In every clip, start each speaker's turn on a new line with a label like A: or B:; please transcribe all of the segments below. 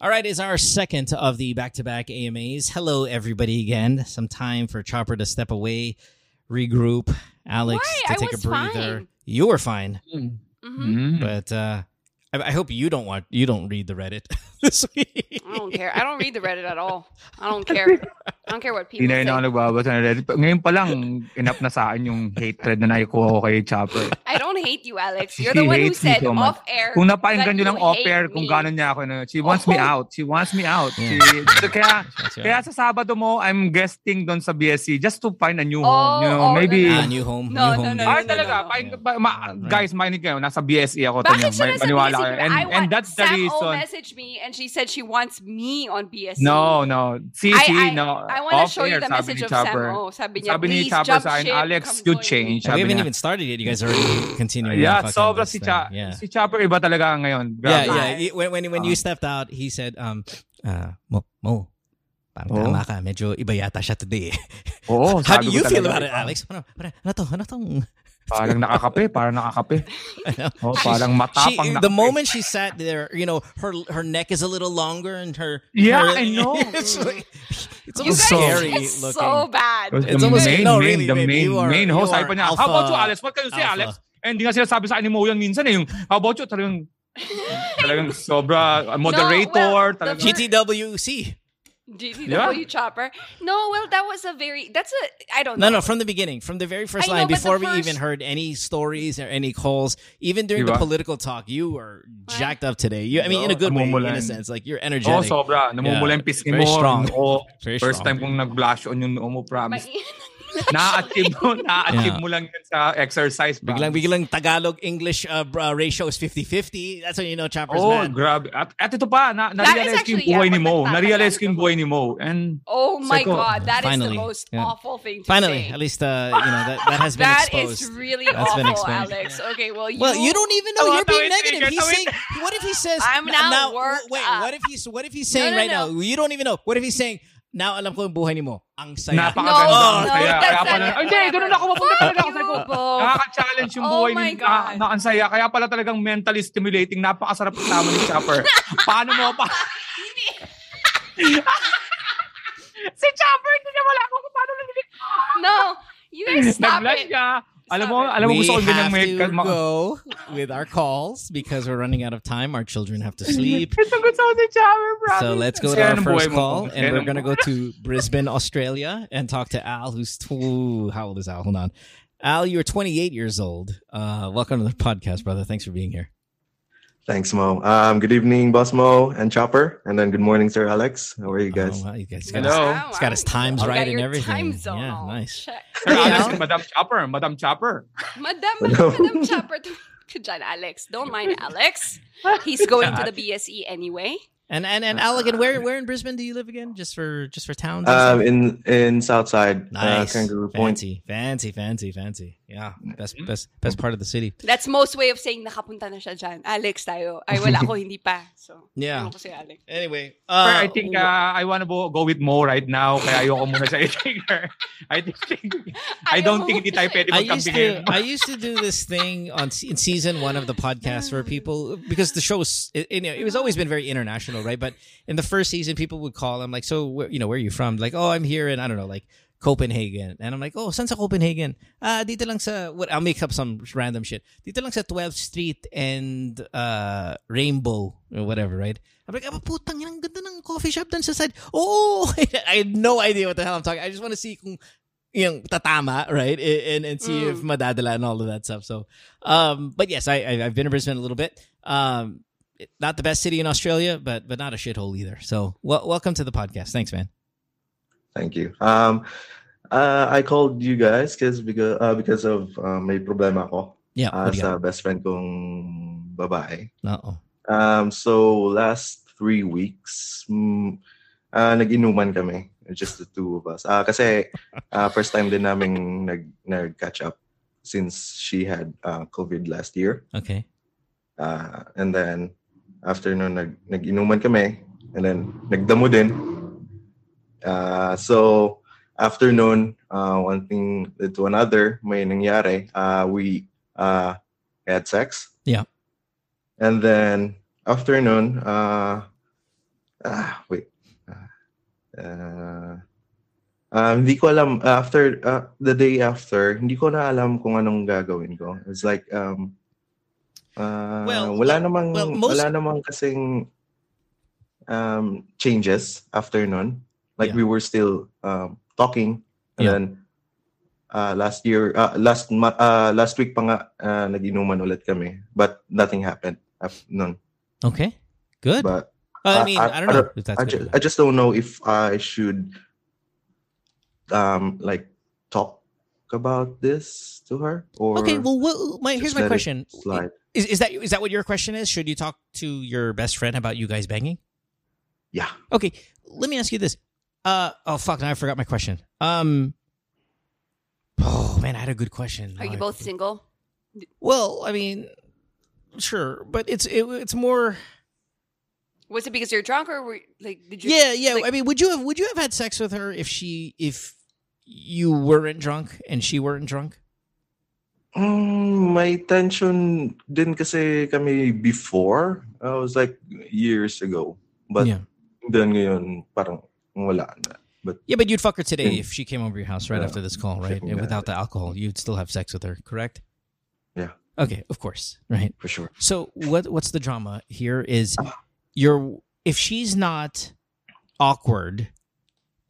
A: All right, it's our second of the back to back AMAs. Hello, everybody, again. Some time for Chopper to step away, regroup, Alex to
B: Why? I
A: take
B: was
A: a breather.
B: fine.
A: You were fine,
B: Mm-hmm.
C: Hmm.
A: but uh, I, I hope you don't want you don't read the Reddit this week.
B: I don't care. I don't read the Reddit at all. I don't care. I don't care what people
C: Hindi na
B: say.
C: yun ako nagbabasa ng Reddit. Ngayon pa lang, inap na sa akin yung hatred na naikuha ko kay Chopper.
B: I don't hate you, Alex. You're
C: She
B: the one who
C: hates me
B: said
C: so much.
B: off air.
C: Kung napakinggan
B: that
C: nyo lang
B: you hate
C: off-air kung
B: me.
C: gano'n niya ako. Ano, she wants me
B: Oh.
C: out. She wants me out.
A: Yeah.
C: She- so kaya,
A: That's right.
C: kaya sa Sabado mo, I'm guesting doon sa BSC just to find a new
B: Oh,
C: home. You know,
B: oh,
C: maybe...
A: Ah, new home.
B: No,
A: new home
B: no, no,
A: day.
C: Ah,
B: no,
C: talaga.
B: no.
C: Pakinig- pa- ma-
A: Right.
C: Guys, makinig kayo. Nasa BSE ako.
B: Bakit
C: Tanyo.
B: siya
C: May-
B: nasa
C: Maniwala
B: BSE?
C: kayo. And,
B: I
C: and
B: want-
C: that's the
B: Sam O
C: reason.
B: messaged me and she said she wants me on BSE.
C: No, no. See,
B: I-
C: see,
B: I-
C: no.
B: I want to
C: Off
B: show you
C: air,
B: the
C: sabi
B: message
C: ni
B: of Sam
C: Chopper.
B: O. Sabi niya,
C: Sabi ni
B: please
C: Chopper
B: jump
C: sa akin,
B: ship,
C: Alex,
B: come join
C: good
B: me."
C: change.
A: we
C: Sabi
A: haven't
C: niya.
A: even started yet. You guys are already continuing.
C: Yeah,
A: on fucking
C: sobra
A: this
C: si,
A: thing.
C: Cha-
A: Yeah.
C: si Chopper iba talaga ngayon.
A: Yeah,
C: Grabe.
A: yeah.
B: Right.
A: It- When when, when you
C: Uh.
A: stepped out, he said, um, uh, Mo, Mo, parang
C: Oh.
A: tama ka. Medyo iba yata siya today. eh."
C: Oo,
A: How
C: sabi
A: do
C: ko
A: you feel about
C: talaga,
A: it,
C: iba.
A: Alex? Ano, ano, ano to? Ano tong?
C: Parang nakakape, parang nakakape.
A: Ano?
C: Oh, parang
A: She,
C: matapang
A: the
C: nakakape.
A: moment she sat there, you know, her her neck is a little longer and her.
C: Yeah,
A: her-
C: I know.
A: it's, like, it's
B: You
A: almost
B: guys,
A: scary
B: it's
A: looking.
B: so bad.
C: Because
A: It's
C: the
A: almost-
C: main,
A: no,
C: main,
A: really,
C: the
A: babe,
C: main,
A: you are-
C: main
A: you
C: host. Sabi
A: are
C: niya, how about you,
A: alpha-
C: Alex? What kayo si
A: alpha."
C: Alex? Eh, hindi nga sila sabi sa akin ni Mo yan minsan eh. Yung, how about you? Talagang, talagang sobra uh, moderator.
B: well, the first-
C: talagang,
A: GTWC.
B: DTW Chopper. No, well, that was a very. That's a. I don't
A: No, no,
B: know.
A: from the beginning, from the very first
B: I know,
A: line,
B: but the
A: before we
B: first-
A: even heard any stories or any calls, even during the
C: Diba?
A: political talk, you were jacked up today. You, I mean, in a
C: Oo,
A: good way, in a
C: namumulan.
A: sense, like you're
C: oh,
A: energetic.
C: sobra. Namumula yung pisngi
A: very
C: mo.
A: strong.
C: Oo.
A: Very
C: first
A: strong.
C: time kong nag-blush on yung noo mo,
B: My-
C: promise. Na-achieve mo, na-achieve
A: Yeah.
C: mo lang yun sa exercise.
A: Biglang
C: promise.
A: biglang Tagalog English uh, br- uh, ratio is 50-50. That's when you know Chopper's
C: Oh,
A: mad.
C: grabe. At, at ito pa, na,
B: That is
C: na-realize ko yung
B: actually, yeah,
C: buhay ni
B: pag
C: Mo.
B: nagtatalo
C: Na-realize ko yung
B: ka.
C: buhay ni Mo. And
B: oh my
C: Seko.
B: God, that is
A: Finally.
B: the most
A: Yeah.
B: awful thing to
A: Finally,
B: say.
A: at least uh, you know that, that has been
B: That is
A: exposed.
B: really
A: That's been
B: awful,
A: exposed,
B: Alex. Okay, well, you, Oh,
A: well, you don't even know.
C: Tawa,
A: You're being
C: tawid,
A: negative.
C: Tigger,
A: He's
C: tawid.
A: saying, what if he says?
B: I'm
A: "N-
B: now
A: w-
B: worked
A: Wait,
B: up."
A: what if he's what if he's saying
B: no,
A: right
B: no.
A: now? You don't even know. What if he's saying now? Alam ko yung buhay ni mo. Ang saya.
C: Napakaganda.
B: No,
A: Oh,
C: ang
B: no,
C: saya.
B: that's
C: Kaya
B: not
C: pala,
B: it.
C: Ay, hindi, doon na ako mapunta
B: Fuck
C: talaga. ako.
B: you,
C: Sabi ko,
B: Bo.
C: Nakaka-challenge yung
B: Oh
C: buhay
B: my
C: ni
B: God.
C: na, na, ang saya. Kaya pala talagang mentally stimulating. Napakasarap kasama ni Chopper. Paano mo pa? si Chopper, hindi niya wala kung paano nag
B: no, you guys stop
C: Nag-blush
B: it.
C: siya. Alam mo,
B: Stop it.
C: alam mo
A: we
C: gusto ko ganyang
A: have
C: may...
A: to
C: ma-
A: go with our calls because we're running out of time. Our children have to sleep.
C: Gusto gusto ko si Chopper, promise.
A: So let's go to our
C: Saya ng
A: first
C: buhay mo.
A: call,
C: Saya
A: and we're
C: ng
A: gonna
C: buhay.
A: go to Brisbane, Australia, and talk to Al, who's ooh, how old is Al? Hold on, Al, you're 28 years old. Uh, welcome to the podcast, brother. Thanks for being here.
D: Thanks, Mo. Um, good evening, Boss Mo and Chopper, and then good morning, Sir Alex. How are you guys?
A: Oh, wow, you guys got
C: Hello.
A: his,
B: Wow,
A: he's got his
B: wow.
A: times
B: You got
A: right and
B: your
A: everything.
B: Time zone
A: Yeah,
B: all.
A: nice.
B: Check.
C: Sir Alex,
A: Yeah.
C: Madam Chopper, Madam Chopper.
B: Madam,
D: Hello.
B: Madam Chopper, to John Alex. Don't mind Alex. He's going to the BSE anyway.
A: And and and Al again, where where in Brisbane do you live again? Just for just for towns. and
D: Um,
A: stuff?
D: in in Southside,
A: nice,
D: uh, Kangaroo Point.
A: fancy, fancy, fancy, fancy. Yeah, best
C: Mm-hmm.
A: best best part of the city.
B: That's most way of saying nakapunta na siya dyan. Alex tayo. Ay, wala ako, hindi pa. So,
A: Yeah.
B: ano ko si Alex.
A: Anyway,
C: Sir,
A: uh,
C: Mm-hmm. I think uh, I want to go with Mo right now. Kaya ayoko muna sa i-trigger. I think, I
B: Ayaw.
C: don't think hindi tayo pwede
A: I used to
C: magkampingin.
A: I used to do this thing on se- in season one of the podcast where people because the show's it, it, it was always been very international, right? But in the first season, people would call. I'm like, so where, you know, where are you from? Like, oh, I'm here in I don't know, like Copenhagen, and I'm like, oh, saan sa Copenhagen? Ah, dito lang sa what? I'll make up some random shit. Dito lang sa 12th Street and uh Rainbow or whatever, right? I'm like, ah, putang ina, ang ganda ng coffee shop dun sa side. Oh, I had no idea what the hell I'm talking. I just want to see kung yung tatama, right? A- And and see if madadala and all of that stuff. So, um, but yes, I I- I've been to Brisbane a little bit. Um, it- not the best city in Australia, but but not a shithole either. So, wel- welcome to the podcast. Thanks, man.
D: Thank you. Um, uh, I called you guys because because uh, because of uh, may problema ako
A: Yeah.
D: uh,
A: What do you got?
D: sa best friend kong babae.
A: Uh-oh.
D: Um, so last three weeks, mm, ah, nag-inuman kami, just the two of us. Ah, kasi ah, first time din namin nag, nag-catch up since she had ah, COVID last year.
A: Okay.
D: Ah, and then after nun, nag, nag-inuman kami, and then nagdamo din. Ah, so after nun, ah, one thing led to another, may nangyari. Ah, we ah, had sex.
A: Yeah.
D: And then after nun, uh, ah, wait. Ah, Uh, ah, hindi ko alam after ah, the day after, hindi ko na alam kung anong gagawin ko. It's like um ah,
A: Well,
D: wala namang
A: well, most-
D: Mm, wala namang kasing um changes after nun. Like
A: Yeah.
D: we were still um talking and
A: Yeah.
D: then ah, last year ah, last ma- ah, last week pa nga ah, nag-inuman ulit kami but nothing happened after nun.
A: Okay. Good.
D: But
A: Well, I
D: I-
A: mean,
D: I-
A: I, don't
D: I
A: know
D: don't-
A: if that's
D: I,
A: good.
D: ju-
A: or
D: I
A: not.
D: just don't know if I should um like talk about this to her or
A: okay. Well, well my, here's
D: just
A: my
D: let it
A: question.
D: slide.
A: Is, is that is that what your question is? Should you talk to your best friend about you guys banging?
D: Yeah.
A: Okay, let me ask you this. Uh oh fuck, now I forgot my question. Um Oh man, I had a good question.
B: Are
A: Now I-
B: you both single?
A: Well, I mean, sure, but it's it, it's more
B: Was it because you're drunk or were, like did you?
A: Yeah, yeah.
B: like-
A: I mean, would you have would you have had sex with her if she if you weren't drunk and she weren't drunk?
D: Mm, may tension din kasi kami before. I was like years ago. But
A: yeah.
D: then ngayon parang wala na.
A: Yeah, but you'd fuck her today
D: Hmm.
A: if she came over your house right
D: Yeah.
A: after this call, right?
D: Shouldn't
A: And without the alcohol, you'd still have sex with her, correct?
D: Yeah.
A: Okay, of course. Right.
D: For sure.
A: So what what's the drama here is you're if she's not awkward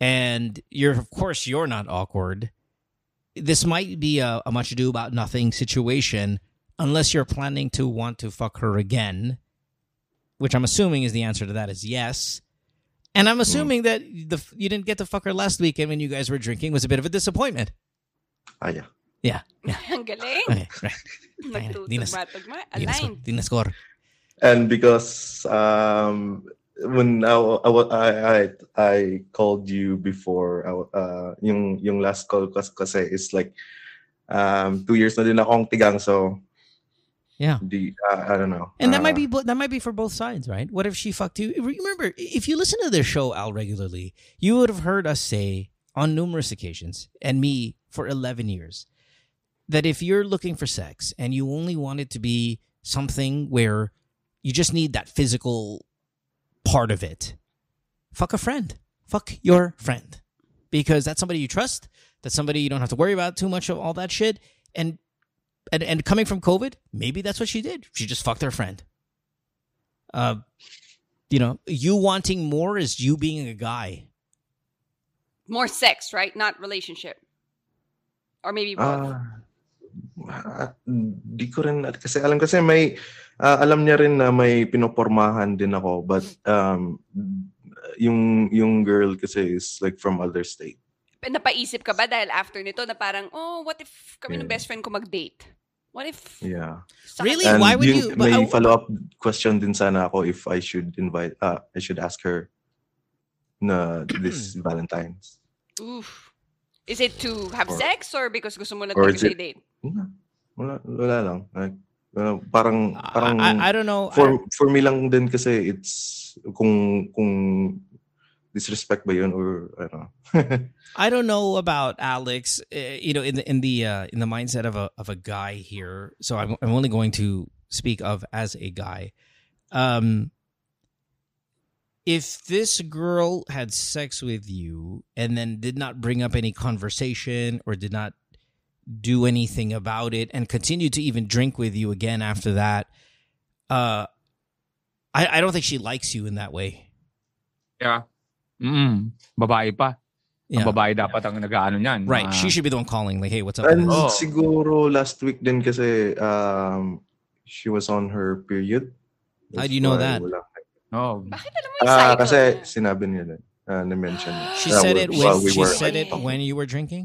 A: and you're of course you're not awkward, this might be a, a much ado about nothing situation unless you're planning to want to fuck her again, which I'm assuming is the answer to that is yes. And I'm assuming that the you didn't get to fuck her last weekend when you guys were drinking was a bit of a disappointment.
D: Ah, yeah.
B: Ang galing.
A: Okay, right. Dinas.
B: Nagtutugma-tugma.
A: Di na score-
B: Align.
A: di na score.
D: And because um when I wa- I wa- I I- I called you before I wa- uh yung yung last call kas- kasi is like um two years na din akong tigang so
A: Yeah.
D: di uh, I don't know.
A: And that might
D: Uh,
A: be bo- that might be for both sides, right? What if she fucked you? Remember, if you listen to this show Al regularly, you would have heard us say on numerous occasions, and me for eleven years, that if you're looking for sex and you only want it to be something where you just need that physical part of it, fuck a friend, fuck your friend, because that's somebody you trust, that's somebody you don't have to worry about too much of all that shit, and and and coming from COVID, maybe that's what she did. She just fucked her friend. Uh, you know, you wanting more is you being a guy.
B: More sex, right? Not relationship. Or maybe both.
D: Ah, ah, di ko rin at kasi alam kasi may ah, alam niya rin na may pinopormahan din ako but um yung yung girl kasi is like from other state.
B: Eh, Napaisip ka ba dahil after nito na parang, oh, what if kami ng
D: Yeah.
B: best friend ko mag-date? What if?
D: Yeah.
B: Saka-
A: Really?
D: And
A: why would
D: yun,
A: you- uh, but
D: may
A: I-
D: follow-up question din sana ako if I should invite uh, I should ask her na this Valentine's.
B: Oof. Is it to have
D: Or-
B: sex or because gusto mo na
D: Or
B: tayo
D: is it-
B: date?
D: Wala, wala, wala lang. Like, uh, parang parang
A: Ah, I, I, I don't know. I
D: for
A: don't-
D: for me lang din kasi it's kung kung disrespect ba yun or ano.
A: I don't know about Alex. Uh, you know, in the in the uh, in the mindset of a of a guy here. So I'm I'm only going to speak of as a guy. Um, if this girl had sex with you and then did not bring up any conversation or did not do anything about it and continued to even drink with you again after that, uh, I I don't think she likes you in that way.
C: Yeah. Mm-mm. Babae pa. Ang babae dapat ang nag-ano niyan.
A: Right.
C: Ah,
A: She should be the one calling. Like, hey, what's up? with
D: And
A: this?
C: Oh.
D: siguro last week din kasi um she was on her period.
A: How do you know that?
D: why wala.
C: oh.
B: Bakit alam mo yung cycle?
D: Ah, kasi
B: niya?
D: sinabi niya din. ah, na-mention. niya.
A: She
D: Ah,
A: said
D: while-
A: it
D: while
A: when
D: we
A: she
D: were,
A: said it
D: like, talking.
A: when you were drinking.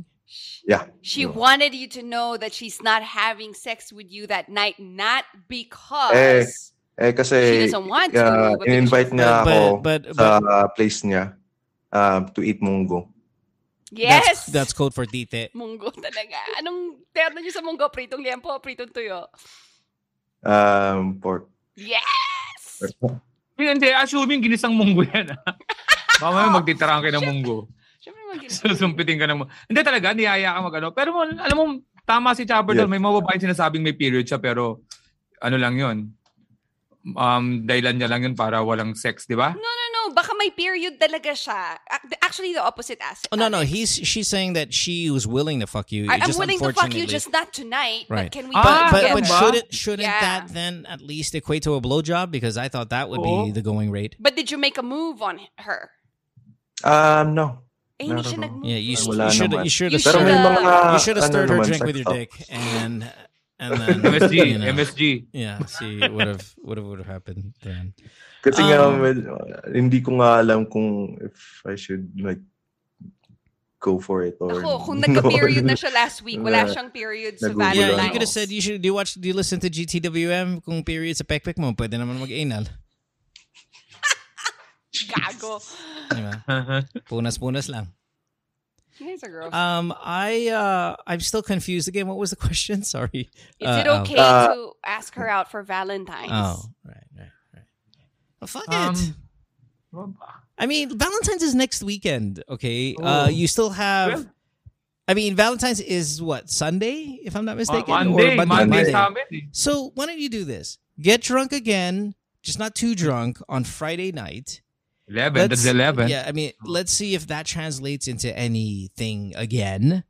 D: Yeah.
B: She
D: Yeah.
B: wanted you to know that she's not having sex with you that night, not because
D: Eh, Eh kasi
B: she doesn't want to.
D: ah,
B: but because
D: in-invite
B: she's-
D: niya
A: but
D: ako
A: but, but,
D: sa place niya um, to eat munggo.
A: that's,
B: Yes.
A: that's code for tite.
B: Munggo talaga. Anong terno niyo sa munggo? Pritong liempo, pritong tuyo.
D: Um, pork.
B: Yes!
C: Hindi, assuming ginisang munggo yan. ah. Mamaya magtitiraan kayo ng munggo.
B: Siyempre mag-
C: Susumpitin ka ng munggo. Hindi talaga, niyaya ka mag-ano. Pero mo- alam mo, tama si Chopper doon.
D: Yeah.
C: May mga babaeng sinasabing may period siya pero ano lang yun. Um, dahilan niya lang yun para walang sex, di ba?
B: No, no, no. Baka may period talaga siya. Ac- Actually, the opposite as.
A: Oh no, no. He's she's saying that she was willing to fuck you.
B: I,
A: just
B: am willing to fuck you,
A: unfortunately-
B: just not tonight.
A: Right.
B: But can we
C: Ah,
A: But
B: talk
A: but,
C: yeah,
A: but
B: together?
C: but-
A: shouldn't shouldn't
B: Yeah.
A: that then at least equate to a blowjob? Because I thought that would
C: Oo.
A: be the going rate.
B: But did you make a move on her?
D: Um, no.
B: Eh,
D: I
B: hindi
D: don't
B: siya
D: know.
B: nag-move.
A: Yeah, you,
D: Ah,
A: should
D: wala
A: you should
D: naman.
A: you should
B: You
A: have
D: Pero may
A: stirred,
B: should've-
D: mga...
A: you should have
D: ano
A: stirred her
D: naman,
A: drink with your
D: sex
A: dick and and then
C: MSG,
A: you know,
C: MSG.
A: yeah. See what have what have would have happened then.
D: Kasi
B: Ah.
D: nga,
A: Um,
D: med- hindi ko nga alam kung if I should like go for it or
B: Ako, kung nagka-period na siya last week, wala
D: Wala.
B: siyang period sa
D: Nagugulo
A: Yeah,
D: Yeah,
A: you
D: like-
A: could have
B: Valentine's.
A: said you should do you watch do you listen to GTWM kung period sa pekpek mo pwede naman mag-anal.
B: Gago.
A: Di ba? Punas-punas lang.
B: You guys are gross.
A: Um, I uh, I'm still confused again. What was the question? Sorry.
B: Is
A: uh,
B: it
A: oh.
B: okay
D: Uh,
B: to ask her out for Valentine's?
A: Oh, right, right, right. Well, fuck
C: Um,
A: it. I mean, Valentine's is next weekend. Okay.
C: Oh.
A: Uh, you still have.
C: Well-
A: I mean, Valentine's is what Sunday, if I'm not mistaken,
C: Uh, Ah, Monday,
A: or
C: Monday,
A: Monday. Monday.
C: Monday sa amin eh.
A: So why don't you do this? Get drunk again, just not too drunk on Friday night.
C: 11, that's 11.
A: Yeah, I mean, let's see if that translates into anything again.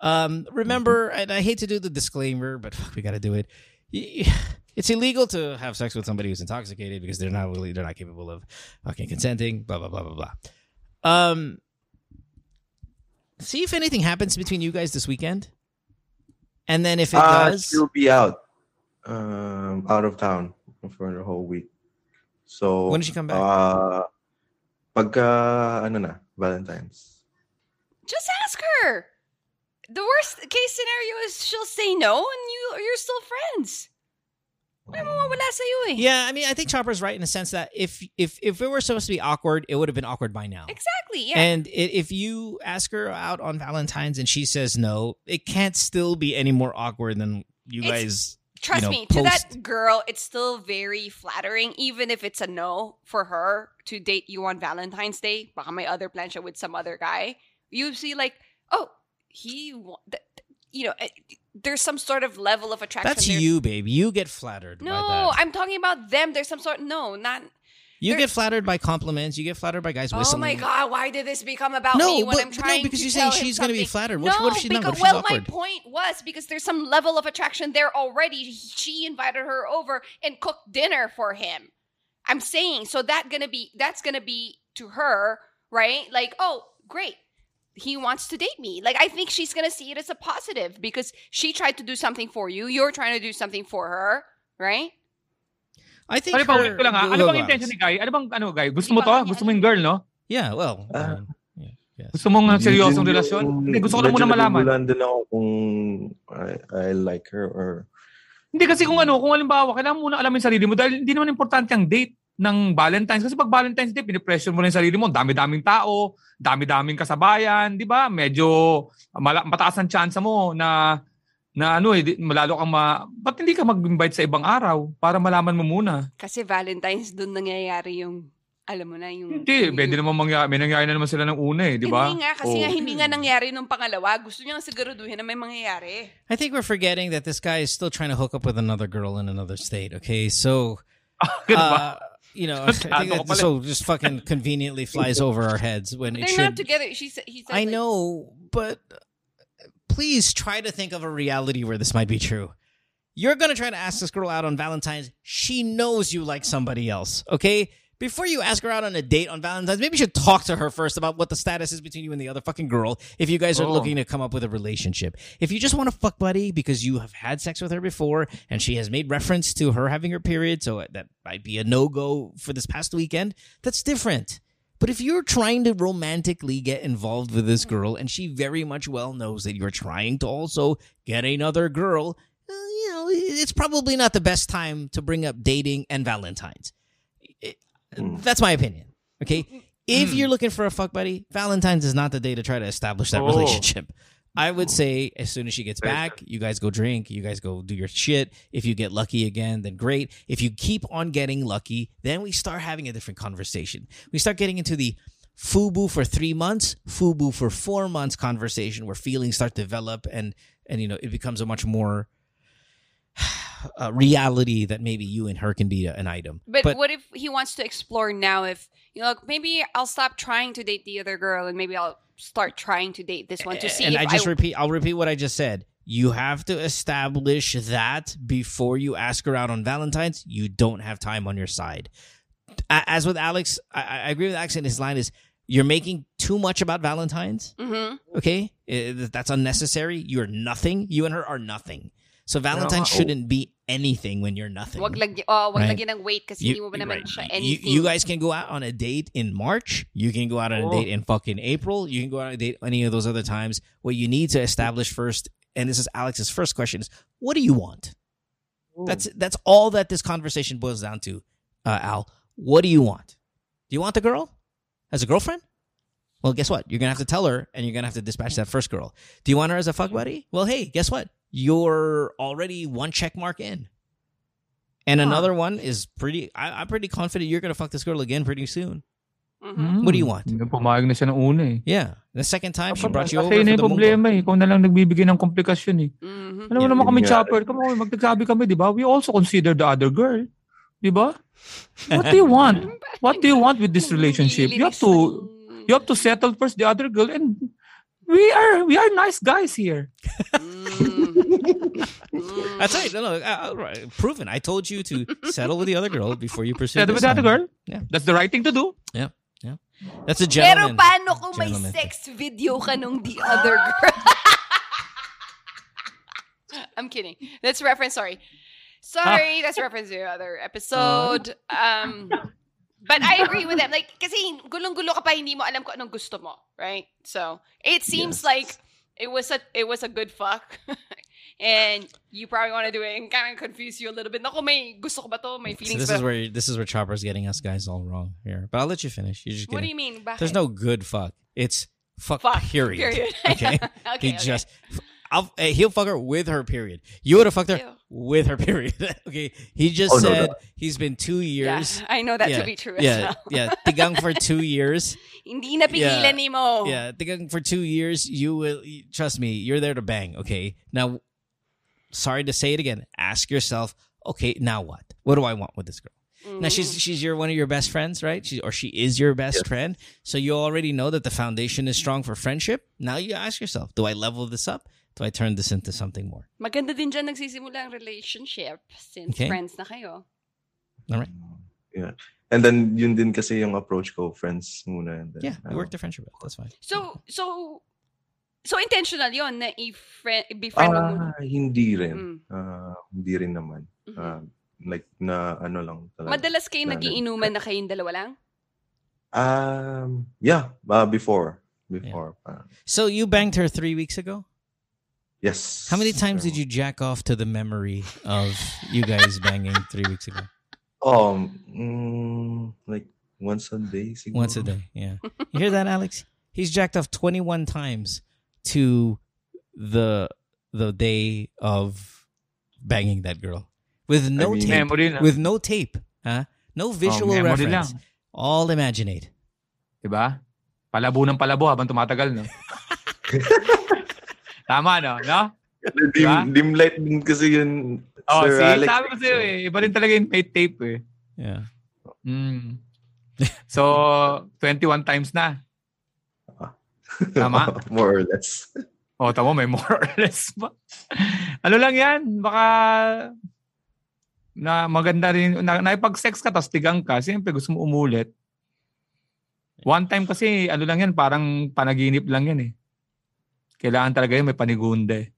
A: Um, remember, and I hate to do the disclaimer, but fuck, we got to do it. Y- y- It's illegal to have sex with somebody who's intoxicated because they're not really they're not capable of fucking consenting. Blah blah blah blah blah. Um, see if anything happens between you guys this weekend, and then if it
D: Ah,
A: does,
D: she'll be out. Um, out of town for the whole week. So,
A: When does she come back?
D: Uh, pagka, ano na, Valentine's.
B: Just ask her. The worst case scenario is she'll say no and you you're still friends. Wala mo mawawala sa'yo eh.
A: yeah. I mean, I think Chopper's right in the sense that if if if it were supposed to be awkward, it would have been awkward by now.
B: Exactly. Yeah.
A: And i- if you ask her out on Valentine's and she says no, it can't still be any more awkward than you
B: It's-
A: guys.
B: Trust
A: you know,
B: me, to that girl, it's still very flattering, even if it's a no for her to date you on Valentine's Day. Baka may other plan siya with some other guy. You see, like, oh, he, wa- th- th- you know, eh, there's some sort of level of attraction.
A: That's
B: there.
A: you, babe. You get flattered by
B: No,
A: that.
B: I'm talking about them. There's some sort. No, not.
A: you
B: there-
A: get flattered by compliments. You get flattered by guys
B: Oh
A: whistling.
B: my god! Why did this become about
A: No,
B: me when
A: but-
B: I'm
A: but no,
B: trying
A: because
B: to
A: you're saying
B: tell him
A: she's gonna be
B: something?
A: flattered. What-
B: no,
A: what if she's not?
B: because,
A: What if she's
B: well,
A: awkward?
B: my point was because there's some level of attraction there already. She invited her over and cooked dinner for him. I'm saying so that gonna be that's gonna be to her right? Like oh great. He wants to date me. Like I think she's gonna see it as a positive because she tried to do something for you. You're trying to do something for her, right?
A: I think.
C: Sorry, pa,
A: her-
C: wait ko lang ha.
A: Well,
C: Ano bang intention ni
A: well,
C: Guy? Ano bang, ano, Guy? Gusto
B: Hindi
C: mo
B: pa
C: to?
B: kanya
C: Gusto mo yung girl, no?
A: Yeah. Well.
C: Uh,
D: Ah.
A: um, yeah, yes.
C: Gusto mong uh, seryosong relasyon? Hindi, gusto ko lang muna malaman.
D: Medyo nagugulan din ako kung I, I like her or...
C: Hindi kasi kung ano, kung halimbawa, kailangan muna alamin yung sarili mo dahil hindi naman importante ang date ng Valentine's. Kasi pag Valentine's Day, pinipressure mo na yung sarili mo. Ang Dami-daming tao, dami-daming kasabayan, di ba? Medyo mala- mataas ang chance mo na na ano eh, di- malalo kang ma... Ba't hindi ka mag-invite sa ibang araw para malaman mo muna?
B: Kasi Valentine's doon nangyayari yung alam mo na yung yung-
C: Hindi, pwede naman mangyari. May nangyari na naman sila ng una eh, di ba?
B: Hindi nga kasi
C: Oh.
B: nga hindi nga nangyari nung pangalawa. Gusto niya nga siguraduhin na may mangyayari.
A: I think we're forgetting that this guy is still trying to hook up with another girl in another state. Okay, so
C: Ganun
A: uh,
C: ba?
A: you know, I think
C: Tado ko
A: that
C: pala.
A: so just fucking conveniently flies over our heads when
B: But
A: it
B: they're
A: should.
B: not together. She said he said
A: I
B: like,
A: know, but uh, please try to think of a reality where this might be true. You're going to try to ask this girl out on Valentine's. She knows you like somebody else, okay? Before you ask her out on a date on Valentine's, maybe you should talk to her first about what the status is between you and the other fucking girl if you guys are
C: Oh.
A: looking to come up with a relationship. If you just want to fuck buddy because you have had sex with her before and she has made reference to her having her period, so that might be a no go for this past weekend, that's different. But if you're trying to romantically get involved with this girl and she very much well knows that you're trying to also get another girl, uh, you know, it's probably not the best time to bring up dating and Valentine's. It-
D: Mm.
A: That's my opinion. Okay. If
C: Mm.
A: you're looking for a fuck buddy, Valentine's is not the day to try to establish that
C: Oh.
A: relationship. I would say as soon as she gets back, you guys go drink, you guys go do your shit. If you get lucky again, then great. If you keep on getting lucky, then we start having a different conversation. We start getting into the FUBU for three months, FUBU for four months conversation where feelings start to develop and and you know it becomes a much more uh, reality that maybe you and her can be an item.
B: But, what if he wants to explore now? If you know, like, maybe I'll stop trying to date the other girl, and maybe I'll start trying to date this one to see.
A: and
B: if
A: I just repeat, I'll repeat what I just said. You have to establish that before you ask her out on Valentine's. You don't have time on your side. A- As with Alex, I, I agree with Alex, and his line is, "You're making too much about Valentine's."
B: Mhm.
A: Okay, Eh, th- that's unnecessary. You're nothing. You and her are nothing. So Valentine
C: No.
A: shouldn't be anything when you're nothing.
B: Wag lagi, oh, wag
A: Right.
B: lagi ng wait kasi hindi mo ba naman
A: right.
B: siya
A: You-
B: anything.
A: you guys can go out on a date in March. You can go out on a
C: Oh.
A: date in fucking April. You can go out on a date any of those other times. What you need to establish first, and this is Alex's first question: is what do you want? That's that's all that this conversation boils down to, uh, Al. What do you want? Do you want the girl as a girlfriend? Well, guess what? You're gonna have to tell her, and you're gonna have to dispatch that first girl. Do you want her as a fuck buddy? Well, hey, guess what? You're already one check mark in, and
C: Huh.
A: another one is pretty. I, I'm pretty confident you're gonna fuck this girl again pretty soon.
B: Mhm.
C: Mm.
A: What do you want?
C: Hindi, Pumayag na siya ng una eh.
A: Yeah, the second time she
C: Kapag-
A: brought you
C: kasi
A: over for
C: yun na
A: the
C: yung
A: mungo.
C: problema eh. Ikaw na lang nagbibigay ng komplikasyon eh.
A: Yeah,
B: Mhm.
C: Alam mo naman
D: yun
C: kami
D: nga.
C: chopper. Kamo, magtagsabi kami, di ba? We also consider the other girl. Di ba? What do you want? What do you want with this relationship? You have to you have to settle first the other girl and we are we are nice guys here.
B: Mm.
C: Mm.
A: That's right. No, no, uh, uh, right. proven. I told you to settle with the other girl before you pursue.
C: Settle
A: this
C: with the other
A: one.
C: girl.
A: Yeah.
C: That's the right thing to do.
A: That's a
B: Pero
A: gentleman.
B: paano kung may
A: Gentleman.
B: sex video ka nung the other girl? I'm kidding. That's reference, sorry.
A: Ah.
B: Sorry, that's reference to the other episode. Um, but I agree with them. Like, kasi gulong-gulo ka pa, hindi mo alam kung anong gusto mo, right? So, it seems
D: Yes.
B: like it was a it was a good fuck. and you probably want to do it and kind of confuse you a little bit. Naku, may gusto ko ba to? May
A: So
B: feelings
A: this
B: ba?
A: is where this is where Chopper's getting us guys all wrong here. But I'll let you finish. You're just
B: what do
A: kidding.
B: you mean? Bakit?
A: There's no good fuck. It's fuck,
B: fuck.
A: period.
B: okay.
A: Okay?
B: okay.
A: He just I'll, eh, he'll fuck her with her period. You would have fucked her
B: Ew.
A: with her period. okay. He just
D: Oh, no,
A: said
D: no.
A: he's been two years.
B: Yeah, I know that
A: Yeah,
B: to be true as
A: Yeah,
B: well.
A: yeah. Tigang for two years.
B: Hindi napigilan ni mo.
A: Yeah, tigang for two years. You will trust me. You're there to bang. Okay. Now, sorry to say it again. Ask yourself. Okay, now what? What do I want with this girl?
B: Mm.
A: Now she's she's your one of your best friends, right? She or she is your best friend. So you already know that the foundation is strong for friendship. Now you ask yourself, do I level this up? Do I turn this into something more?
B: Maganda din dyan nagsisimula ang relationship since
A: Okay.
B: friends na kayo.
D: Yeah. And then yun din kasi yung approach ko, friends muna. And then,
A: Yeah, we
D: ano.
A: worked the friendship out. That's fine.
B: So, so, so intentional yon na i-friend, befriend mo muna.
D: Ah, hindi rin.
B: Mm.
D: Ah, hindi rin naman.
B: Mhm.
D: Ah, like na ano lang talaga.
B: Madalas kayo
D: Lalo.
B: nagiinuman na kayong dalawa lang?
D: Um, yeah, uh, before. Before. parang-
A: So you banged her three weeks ago.
D: yes.
A: How many times did
D: Pero-
A: you jack off to the memory of you guys banging three weeks ago?
D: Um, mm, like once a day siguro.
A: Once a day. Yeah. You hear that, Alex? He's jacked off 21 times to the the day of banging that girl with no
D: mean-
A: tape.
C: Memory na.
A: With no tape, huh? No visual
C: Oh, memory
A: reference.
C: lang.
A: All imaginate.
C: Diba? Palabo ng palabo habang tumatagal, no? Tama, no? No?
D: Dim,
C: Diba?
D: dim light din kasi yun.
C: Oh,
D: Sir
C: see,
D: Alex.
C: sabi ko sa'yo eh. Iba rin talaga yung may tape eh.
A: Yeah.
C: Mm. So, 21 times na. Tama.
D: More or less.
C: Oh, tama, may more or less pa. Ano lang yan? Baka na maganda rin, na, naipag-sex ka tapos tigang ka, siyempre gusto mo umulit. One time kasi, ano lang yan, parang panaginip lang yan eh. Kailangan talaga yun, may panigunda eh.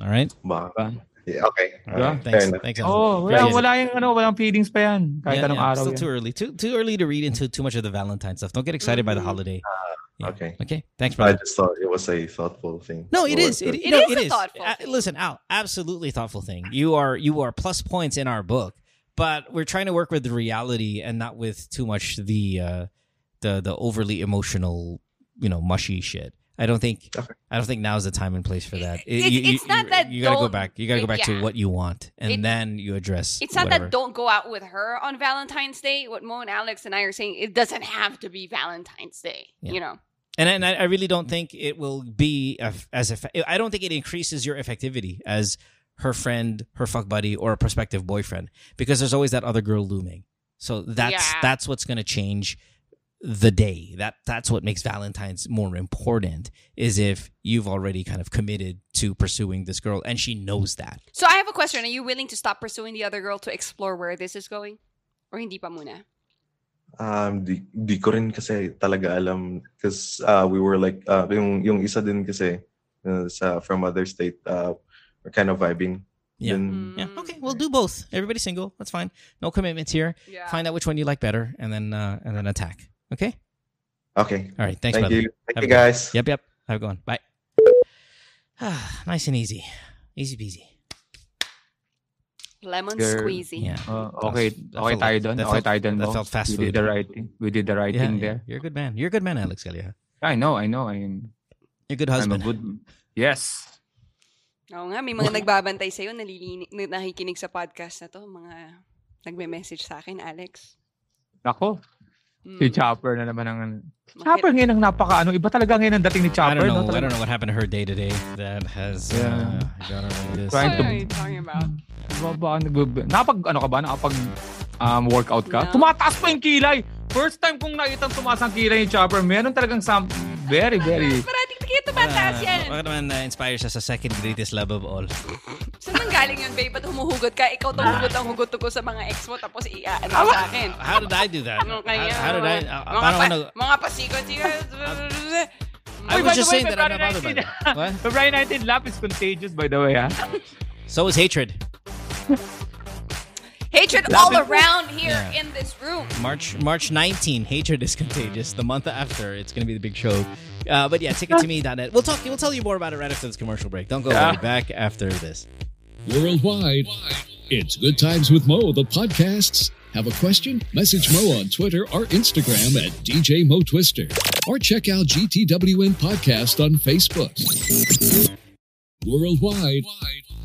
A: All right.
D: Ba?
C: Ba?
D: Yeah, okay.
A: All right.
D: Alright,
A: Thanks.
D: fair enough.
A: Thanks.
C: Oo, oh, wala,
A: Right.
C: wala yung ano, walang feelings pa yan. Kahit
A: Yeah,
C: anong
A: yeah.
C: araw
A: Still
C: yan.
A: too early. Too too early to read into too much of the Valentine stuff. Don't get excited by the
B: Mhm.
A: holiday. Yeah.
D: Okay.
A: Okay. Thanks,
D: I
A: brother.
D: just thought it was a thoughtful thing.
A: No, it
D: So,
A: is. It,
D: uh,
A: you
B: It
A: know,
B: is
A: it
B: a
A: is.
B: thoughtful
A: Uh,
B: thing.
A: listen, Al, absolutely thoughtful thing. You are you are plus points in our book, but we're trying to work with the reality and not with too much the uh, the the overly emotional, you know, mushy shit. I don't think
D: Okay.
A: I don't think now's the time and place for that.
B: It's- it's not that
A: you gotta go
B: don't-
A: back. You gotta go back to
B: yeah.
A: what you want, and
B: It-
A: then you address.
B: It's not
A: whatever.
B: that don't go out with her on Valentine's Day. What Mo and Alex and I are saying, it doesn't have to be Valentine's Day.
A: Yeah.
B: You know,
A: And, and I, I really don't think it will be a- as if I don't think it increases your effectivity as her friend, her fuck buddy, or a prospective boyfriend because there's always that other girl looming. So that's
B: Yeah.
A: that's what's gonna change the day. That that's what makes Valentine's more important is if you've already kind of committed to pursuing this girl and she knows that.
B: So I have a question. Are you willing to stop pursuing the other girl to explore where this is going? Or hindi pa muna?
D: Um, di, di ko rin kasi talaga alam. Because uh, we were like, uh, yung, yung isa din kasi uh, sa, from other state, uh, we're kind of vibing.
A: Yeah.
B: Mm-hmm.
D: Then,
A: Yeah. Okay, we'll do both. Everybody's single. That's fine. No commitments here.
B: Yeah.
A: Find out which one you like better and then uh, and then attack. Okay?
D: Okay.
A: All right. Thanks,
D: Thank
A: brother.
D: you. Thank
A: Have a
D: you
A: good one.
D: guys.
A: Yep, yep. Have a good one. Bye. Ah, nice and easy. Easy peasy.
B: Lemon
C: Girl.
B: squeezy.
A: Yeah.
C: Uh,
A: That
C: okay,
A: felt- that
C: okay
A: felt
C: tayo
A: like-
C: doon.
A: that
C: Okay
A: felt-
C: tayo doon.
A: that
C: Mo.
A: felt fast
C: we
A: food.
C: did the right thing. We did the right
A: Yeah,
C: thing
A: yeah.
C: there.
A: You're a good man. You're a good man, Alex Galia.
C: I know, I know. I'm,
A: You're a good
C: I'm a
A: husband.
C: good... Yes.
B: Oo nga, may mga nagbabantay sa'yo, nalilinig, nakikinig sa podcast na to, mga nagme-message sa akin, Alex.
C: Nako,
B: Mm.
C: si Chopper na naman ang... ano.
B: Bakit?
C: Chopper ngayon ang napaka ano. Iba talaga ngayon ang dating ni
A: I
C: Chopper.
A: don't
C: no?
A: know. I
C: Talaga-
A: don't know what happened to her day to day that has uh,
C: Yeah.
A: got her like this.
B: What
C: Trying to-
B: are you talking about?
C: Ba- ba- nagbe- Napag, ano ka ba? Nakapag um, workout ka?
B: No.
C: Tumataas pa yung kilay. First time kong nakita tumaas ang kilay ni Chopper. Meron talagang some... Very, very...
B: Parating na kaya tumataas yan.
A: Baka naman na-inspire siya sa second greatest love of all.
B: Saan nang galing yun, babe? Ba't humuhugot ka? Ikaw tong hugot ang hugot ko sa mga ex mo, tapos iaano ka sa akin.
A: How did I do that?
B: Ano kaya?
A: How, how did I? Uh,
B: mga,
A: parang
B: pa,
A: ano,
B: mga pasikot-sikot.
A: Ah. I
C: Uy,
A: was
C: by
A: just
C: the way,
A: saying that I'm not bothered by
C: February
A: that. What?
C: February 19, laugh is contagious by the way, ah. ha?
A: So is hatred.
B: Hatred all around here
A: Yeah.
B: in this room.
A: March March 19, Hatred is Contagious. The month after, it's going to be the big show. Uh, but yeah, ticketto.me.net. We'll talk. We'll tell you more about it right after this commercial break. Don't go away.
C: Yeah.
A: Back after this.
E: Worldwide, it's Good Times with Mo, the podcasts. Have a question? Message Mo on Twitter or Instagram at DJ Mo Twister. Or check out GTWN Podcast on Facebook. Worldwide,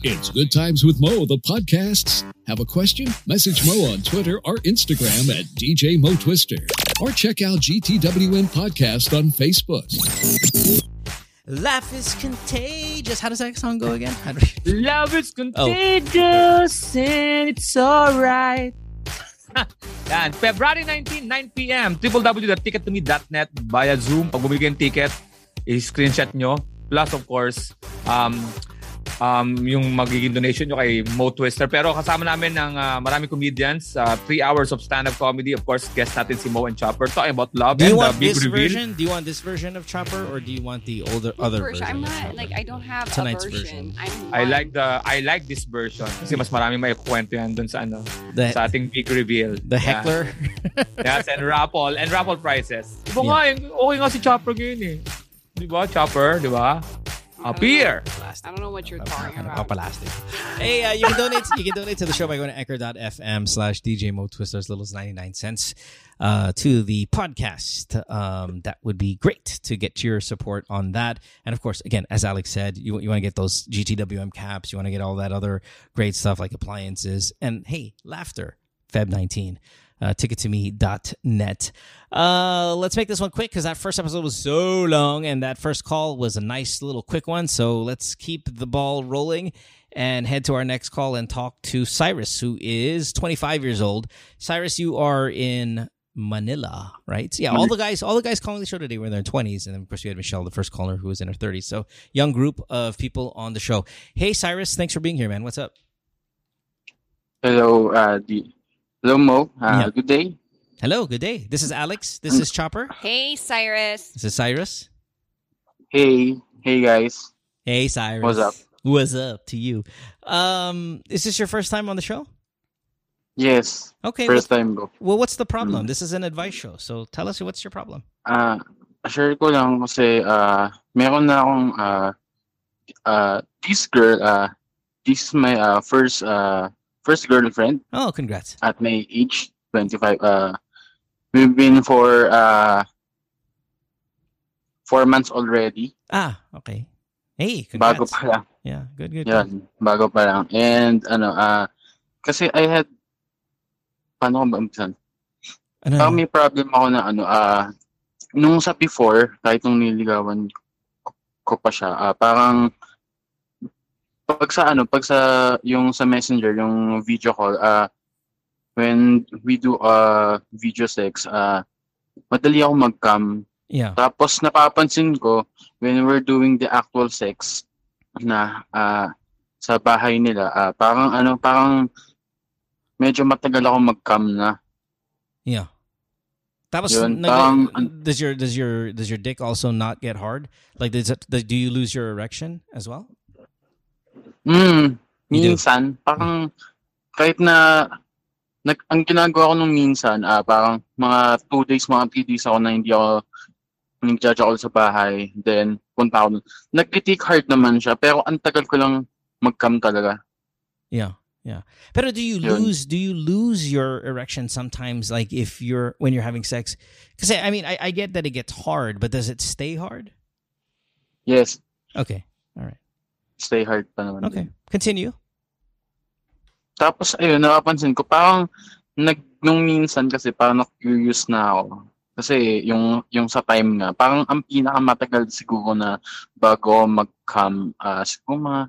E: it's Good Times with Mo, the podcasts. Have a question? Message Mo on Twitter or Instagram at DJ Mo Twister. Or check out GTWN Podcast on Facebook.
A: Laugh is contagious. How does that song go again? How do
C: Love is contagious and it's alright. Yan, February 19, 9pm, www.tickettome.net via Zoom. Pag bumili kayo ng ticket, i-screenshot nyo. Plus, of course, um, um, yung magiging donation nyo kay Mo Twister. Pero kasama namin ng ah, maraming comedians. Uh, three hours of stand-up comedy. Of course, guest natin si Mo and Chopper talking about love
A: do you
C: and the
A: want
C: big
A: this
C: reveal.
A: version? Do you want this version of Chopper, or do you want the older other version?
B: I'm
A: of
B: not,
A: Chopper?
B: like, I don't have
A: Tonight's
B: a version.
A: version.
B: I'm
C: I
B: one.
C: like the I like this version kasi mas marami may kwento yan dun sa ano
A: The-
C: sa ating big reveal.
A: the
C: Yeah.
A: heckler.
C: Yes, and raffle and raffle prizes. Iba
A: Yeah.
C: nga, yung- okay nga si Chopper ngayon eh. Di ba? Chopper, di ba? A beer.
B: I don't know what you're talking about.
A: Papalastic. Hey, uh, you can donate. You can donate to the show by going to anchor.fm slash DJ Mo Twister as little as 99 cents uh, to the podcast. Um, that would be great to get your support on that. And of course, again, as Alex said, you, you want to get those GTWM caps. You want to get all that other great stuff like appliances. And hey, laughter, Feb 19. Uh, tickettome.net. Uh, let's make this one quick because that first episode was so long and that first call was a nice little quick one. So let's keep the ball rolling and head to our next call and talk to Cyrus, who is 25 years old. Cyrus, you are in Manila, right? So, yeah, all the guys, all the guys calling the show today were in their 20s, and then of course you had Michelle, the first caller, who was in her 30s. So young group of people on the show. Hey, Cyrus, thanks for being here, man. What's up?
F: Hello, uh, D- hello Mo. Uh,
A: Yeah.
F: Good day.
A: Hello, good day. This is Alex. This is Chopper.
B: Hey, Cyrus.
A: This is Cyrus.
F: Hey, hey guys.
A: Hey, Cyrus.
F: What's up?
A: What's up to you? Um, is this your first time on the show?
F: Yes,
A: Okay.
F: first Mm. time ko.
A: Well, what's the problem? This is an advice show, so tell us what's your problem.
F: Ah, share ko lang kasi ah, meron na akong ah, ah, this girl, ah, this is my ah, first ah, first girlfriend
A: Oh, congrats.
F: at my age 25. Uh, we've been for ah, four months already.
A: Ah, okay. Hey, congrats.
F: Bago pa lang.
A: Yeah, good, good. good.
F: Yan, bago pa lang. And ano, ah, kasi I had, paano ko ba umpisan?
A: Ano?
F: Parang may problem ako na ano, ah, nung sa before, kahit nung niligawan ko pa siya, ah, parang pag sa ano, pag sa yung sa Messenger, yung video call, ah when we do uh, video sex, ah madali ako mag-cam.
A: Yeah.
F: Tapos napapansin ko when we're doing the actual sex na ah, sa bahay nila, ah, parang ano, parang medyo matagal ako mag-cam na.
A: Yeah. Tapos
F: Yun,
A: nag-
F: parang-
A: does your does your does your dick also not get hard? Like does it, do you lose your erection as well?
F: Mm,
A: You do.
F: minsan, parang kahit na nag, ang ginagawa ko nung minsan, ah, parang mga 2 days, mga 3 days ako na hindi ako nagjajakol sa bahay. Then, punta ako. nun. Nag-take heart naman siya, pero ang tagal ko lang mag-cam talaga.
A: Yeah. Yeah. Pero do you
F: Yun.
A: lose do you lose your erection sometimes like if you're when you're having sex? Cuz I mean I, I get that it gets hard, but does it stay hard?
F: Yes,
A: Okay.
F: stay hard pa naman.
A: Okay. Continue.
F: Tapos, ayun, napapansin ko, parang nag, nung minsan kasi parang na-curious na ako. Kasi yung, yung sa time nga, parang ang pinakamatagal siguro na bago ako mag-cam, ah, siguro mga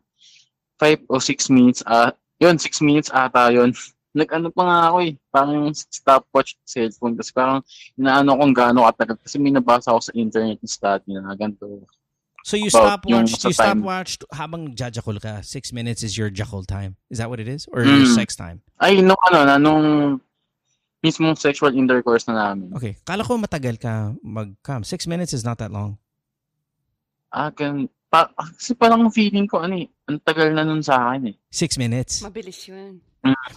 F: 5 o 6 minutes, ah, yun, 6 minutes ata yun. Nag-ano pa nga ako eh, parang yung stopwatch sa cellphone. Kasi parang inaano kung gaano katagal. Kasi may nabasa ako sa internet na study na ganito.
A: So you
F: About yung
A: stopwatched
F: sa
A: you
F: time.
A: stopwatched habang jajakol ka. 6 minutes is your jakol time. Is that what it is or
F: Mm.
A: your sex time?
F: Ay, nung ano na, nung mismong sexual intercourse na namin.
A: Okay. Kala ko matagal ka mag-come. 6 minutes is not that long.
F: Ah, ganun. Pa- kasi parang feeling ko, ano eh, ang tagal na nun sa akin eh.
A: 6 minutes.
B: Mabilis yun.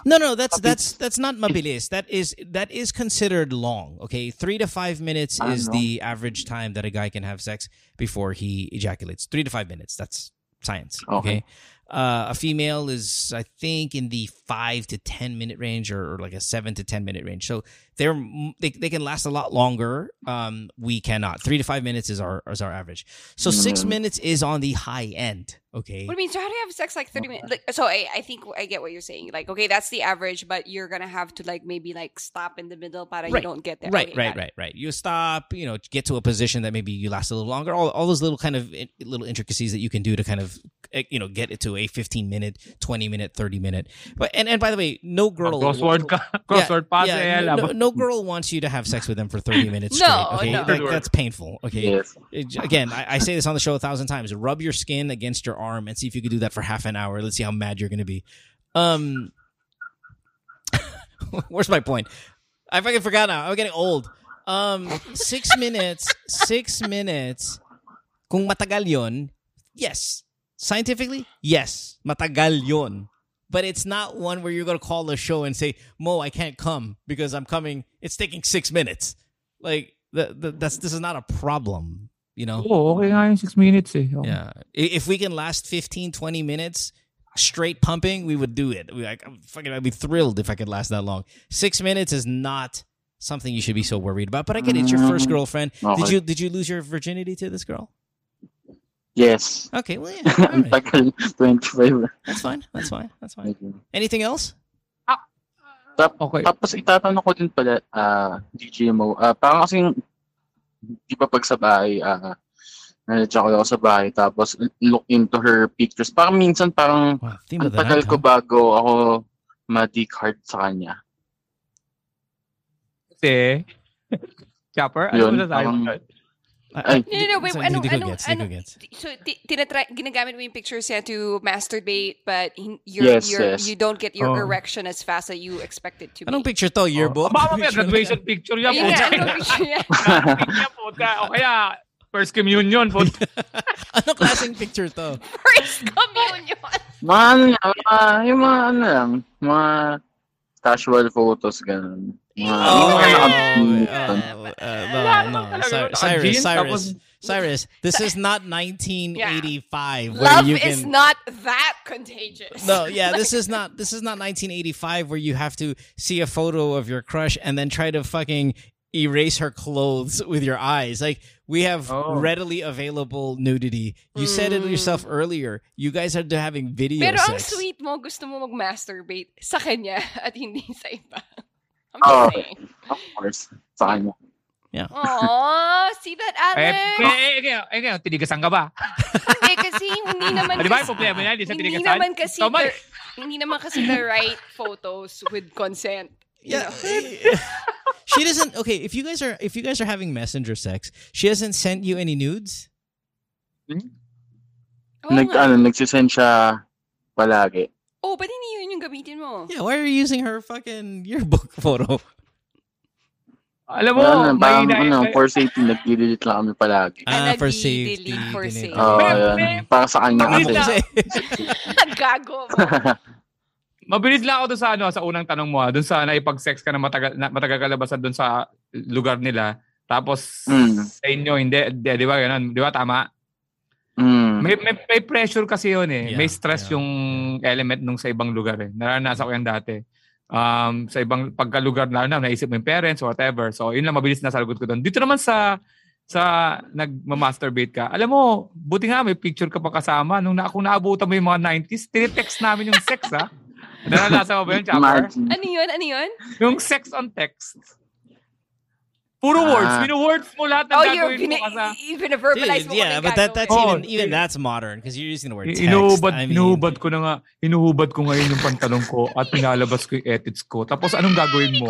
A: No, no, that's
F: Mabilis.
A: that's that's not mabilis. That is that is considered long. Okay, three to five minutes
F: Ah,
A: is
F: no.
A: the average time that a guy can have sex before he ejaculates. Three to five minutes. That's science. Okay.
F: Okay.
A: Uh, a female is, I think, in the five to ten minute range, or, or like a seven to ten minute range. So they're m- they, they can last a lot longer. Um, we cannot. Three to five minutes is our is our average. So six
F: Mm.
A: minutes is on the high end. Okay.
B: What do you mean? So how do you have sex like thirty minutes?
A: uh,
B: Like, so I, I think I get what you're saying. Like, okay, that's the average, but you're gonna have to like maybe like stop in the middle, but you
A: Right.
B: don't get there.
A: Right,
B: Okay,
A: right,
B: got it.
A: right, right. You stop, you know, get to a position that maybe you last a little longer. All, all those little kind of in- little intricacies that you can do to kind of, eh, you know, get it to a 15 minute, 20 minute, 30 minute. But, and, and by the way, no girl.
C: Oh, Crossword ka. Crossword puzzle.
A: Yeah, no,
C: habang-
A: no girl wants you to have sex with them for 30 minutes
B: No,
A: straight. okay.
B: no.
A: Like, that's painful. Okay.
F: Yes.
A: It- Again, I, I say this on the show a thousand times. Rub your skin against your arm and see if you could do that for half an hour. Let's see how mad you're going to be. Um, where's my point? I fucking forgot now. I'm getting old. Um, six minutes. Six minutes. Kung matagal yun, yes. Scientifically, yes. Matagal yun. But it's not one where you're going to call the show and say, Mo, I can't come because I'm coming. It's taking six minutes. Like, the, the, that's this is not a problem, you know?
C: Oo, Oh, okay nga yung 6 minutes eh. Oo.
A: Yeah. I- If we can last 15, 20 minutes straight pumping, we would do it. We, like, I'm fucking, I'd be thrilled if I could last that long. Six minutes is not something you should be so worried about. But I get it. It's your first
F: Mm.
A: girlfriend.
F: Okay.
A: Did you did you lose your virginity to this girl?
F: Yes.
A: Okay, well, yeah. all
F: Ang
A: right.
F: tagal, 25.
A: That's fine. That's fine. That's fine. Anything else?
C: Okay.
F: Tapos itatanong ko din pala, ah, DJ Mo, ah, parang kasi di ba pag sa bahay, ah, nandiyan ako sa bahay, tapos look into her pictures. Parang minsan, parang
A: Wow, theme
F: ang
A: of the night.
F: tagal ko
A: Huh?
F: bago ako ma-dick hard sa kanya.
C: Kasi, Chopper, ano
F: Yun,
C: masasabi mo
F: parang-
C: doon?
A: I- I-
F: No,
B: no, no, wait,
A: Sorry,
B: ano-
A: hindi ko
B: ano-
A: gets, hindi ko
B: ano-
A: gets.
B: So ti- tinatry, ginagamit mo yung pictures niya to masturbate, but hin- you're,
F: Yes,
B: you're,
F: yes.
B: you don't get your
C: Oh.
B: erection as fast as you expect it to be.
A: Anong picture to? Yearbook?
C: Baka Oh. mamaya graduation picture yan.
B: Yun nga,
C: puta.
B: anong picture niya?
C: Picture yan, puta. O kaya, first communion, puta.
A: Anong klaseng picture to?
B: First communion.
F: Mga ano lang, mga, yung mga ano lang, mga casual photos, ganun.
A: Oh,
F: Mga, mga
A: oh,
F: naka-
A: oh, uh,
C: Wala
A: no,
C: naman
A: no. Cyrus,
C: talaga.
A: Cyrus,
C: Naka-jeans,
A: Cyrus,
C: tapos-
A: Cyrus, this is not 1985 where
B: Love
A: you
B: is
A: can.
B: not that contagious.
A: no, yeah, this is not this is not 1985 where you have to see a photo of your crush and then try to fucking erase her clothes with your eyes. Like we have
C: Oh.
A: readily available nudity. You said it
B: Mm.
A: yourself earlier. You guys are having video
B: Pero ang
A: sex.
B: sweet mo, gusto mo mag-masturbate sa kanya at hindi sa iba. I'm
C: Ah.
F: Oh.
B: just saying.
F: Of course, sa kanya.
B: Aww, see that,
C: Eh,
B: Alex?
C: eh, eh, eh, eh, tinigasan ka ba?
B: Hindi kasi hindi naman
C: Ano ba
B: kasi-
C: yung problema niya? Hindi siya
B: hindi
C: tinikasan?
B: naman kasi
C: Tama.
B: the, hindi naman kasi the right photos with consent.
A: Yeah. she doesn't. Okay, if you guys are if you guys are having messenger sex, she hasn't sent you any nudes.
B: Oo
F: Nag,
B: nga.
F: ano, nagsisend siya palagi.
B: Oh, ba't hindi yun yung gamitin mo?
A: Yeah, why are you using her fucking yearbook photo?
C: Alam mo, eh.
F: Ano, parang,
C: may-
F: ano,
C: may-
F: for safety, nag-delete lang kami palagi.
A: Ah, for
B: nag-delete,
A: safety.
B: for
A: ganun.
B: Oh, safety.
F: Oo,
C: Ma'am,
F: yun.
C: ma'am.
F: Para sa kanya
C: Bakit
F: kasi.
C: na-
A: Kasi-
B: Gago mo.
C: Mabilis lang ako doon sa ano sa unang tanong mo, ah. doon sa naipag-sex ka na matagal na, matagal kalabasan doon sa lugar nila. Tapos
F: Mm.
C: sa inyo hindi, di, di ba ganun? Di ba tama?
F: Mm.
C: May, may, may pressure kasi yun eh.
A: Yeah,
C: may stress
A: yeah.
C: yung element nung sa ibang lugar eh. Naranasan ko yan dati. Um, sa ibang pagkalugar na na naisip mo yung parents or whatever. So yun lang mabilis na sagot ko doon. Dito naman sa sa nagma-masturbate ka. Alam mo, buti nga may picture ka pa kasama. Nung na, kung naabutan mo yung mga 90s, tinetext namin yung sex ha. Naranasan mo ba yun, Chopper?
F: Imagine.
B: Ano yun? Ano yun?
C: Yung sex on text. Puro
F: Ah.
C: words. Pinu-words mo lahat ng
B: Oh, you're
C: gagawin mo
B: bina,
C: kasa.
B: even verbalize
A: Dude,
B: mo
A: yeah,
B: kung
A: but that, that's
B: gagawin.
A: even
C: Oh,
A: even
C: dude.
A: that's modern because you're using the word text.
C: Inuubad,
A: I mean,
C: inuubad ko na nga. Inuubad ko ngayon yung pantalon ko at pinalabas ko yung edits ko. Tapos anong gagawin mo?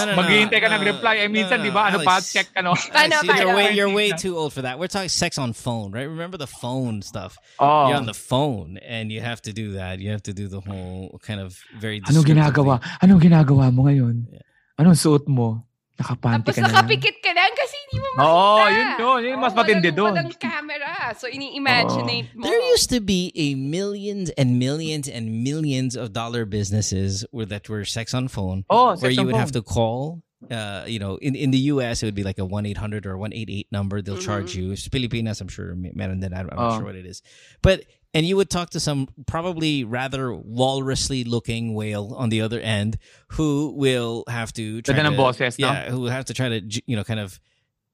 A: No, no, no,
C: maghihintay ka ng
A: no,
C: reply.
A: no,
C: Eh, minsan,
A: no,
C: di ba? Ano pa?
A: Alex.
C: Check ka, no?
B: Paano,
A: Alex, you're
B: paano?
A: way you're way too old for that. We're talking sex on phone, right? Remember the phone stuff.
C: Oh.
A: You're on the phone and you have to do that. You have to do the whole kind of very.
C: Anong ginagawa? Anong ginagawa mo ngayon?
A: Yeah.
C: Anong suot mo? Nakapante
B: Tapos
C: ka na lang.
B: nakapikit ka lang kasi hindi mo makita.
C: Oo, yun yun. Yun
B: Oo,
C: yung mas
B: walang-
C: matindi doon.
B: Walang camera. So,
C: Oh.
B: ini-imaginate mo.
A: There used to be a millions and millions and millions of dollar businesses were, that were sex on phone,
C: Oh,
A: where
C: sex
A: you
C: on
A: would
C: phone.
A: have to call. Uh, you know, in, in the U.S. it would be like a one eight hundred or one eight eight number.
C: Mm-hmm.
A: They'll charge you. It's Pilipinas, I'm sure. may- Meron din. I'm, I'm not
F: Oh.
A: sure what it is, but and you would talk to some probably rather walrusly looking whale on the other end who will have to try
C: Ganda ng
A: to-
C: boses, no?
A: yeah, who have to try to j- you know kind of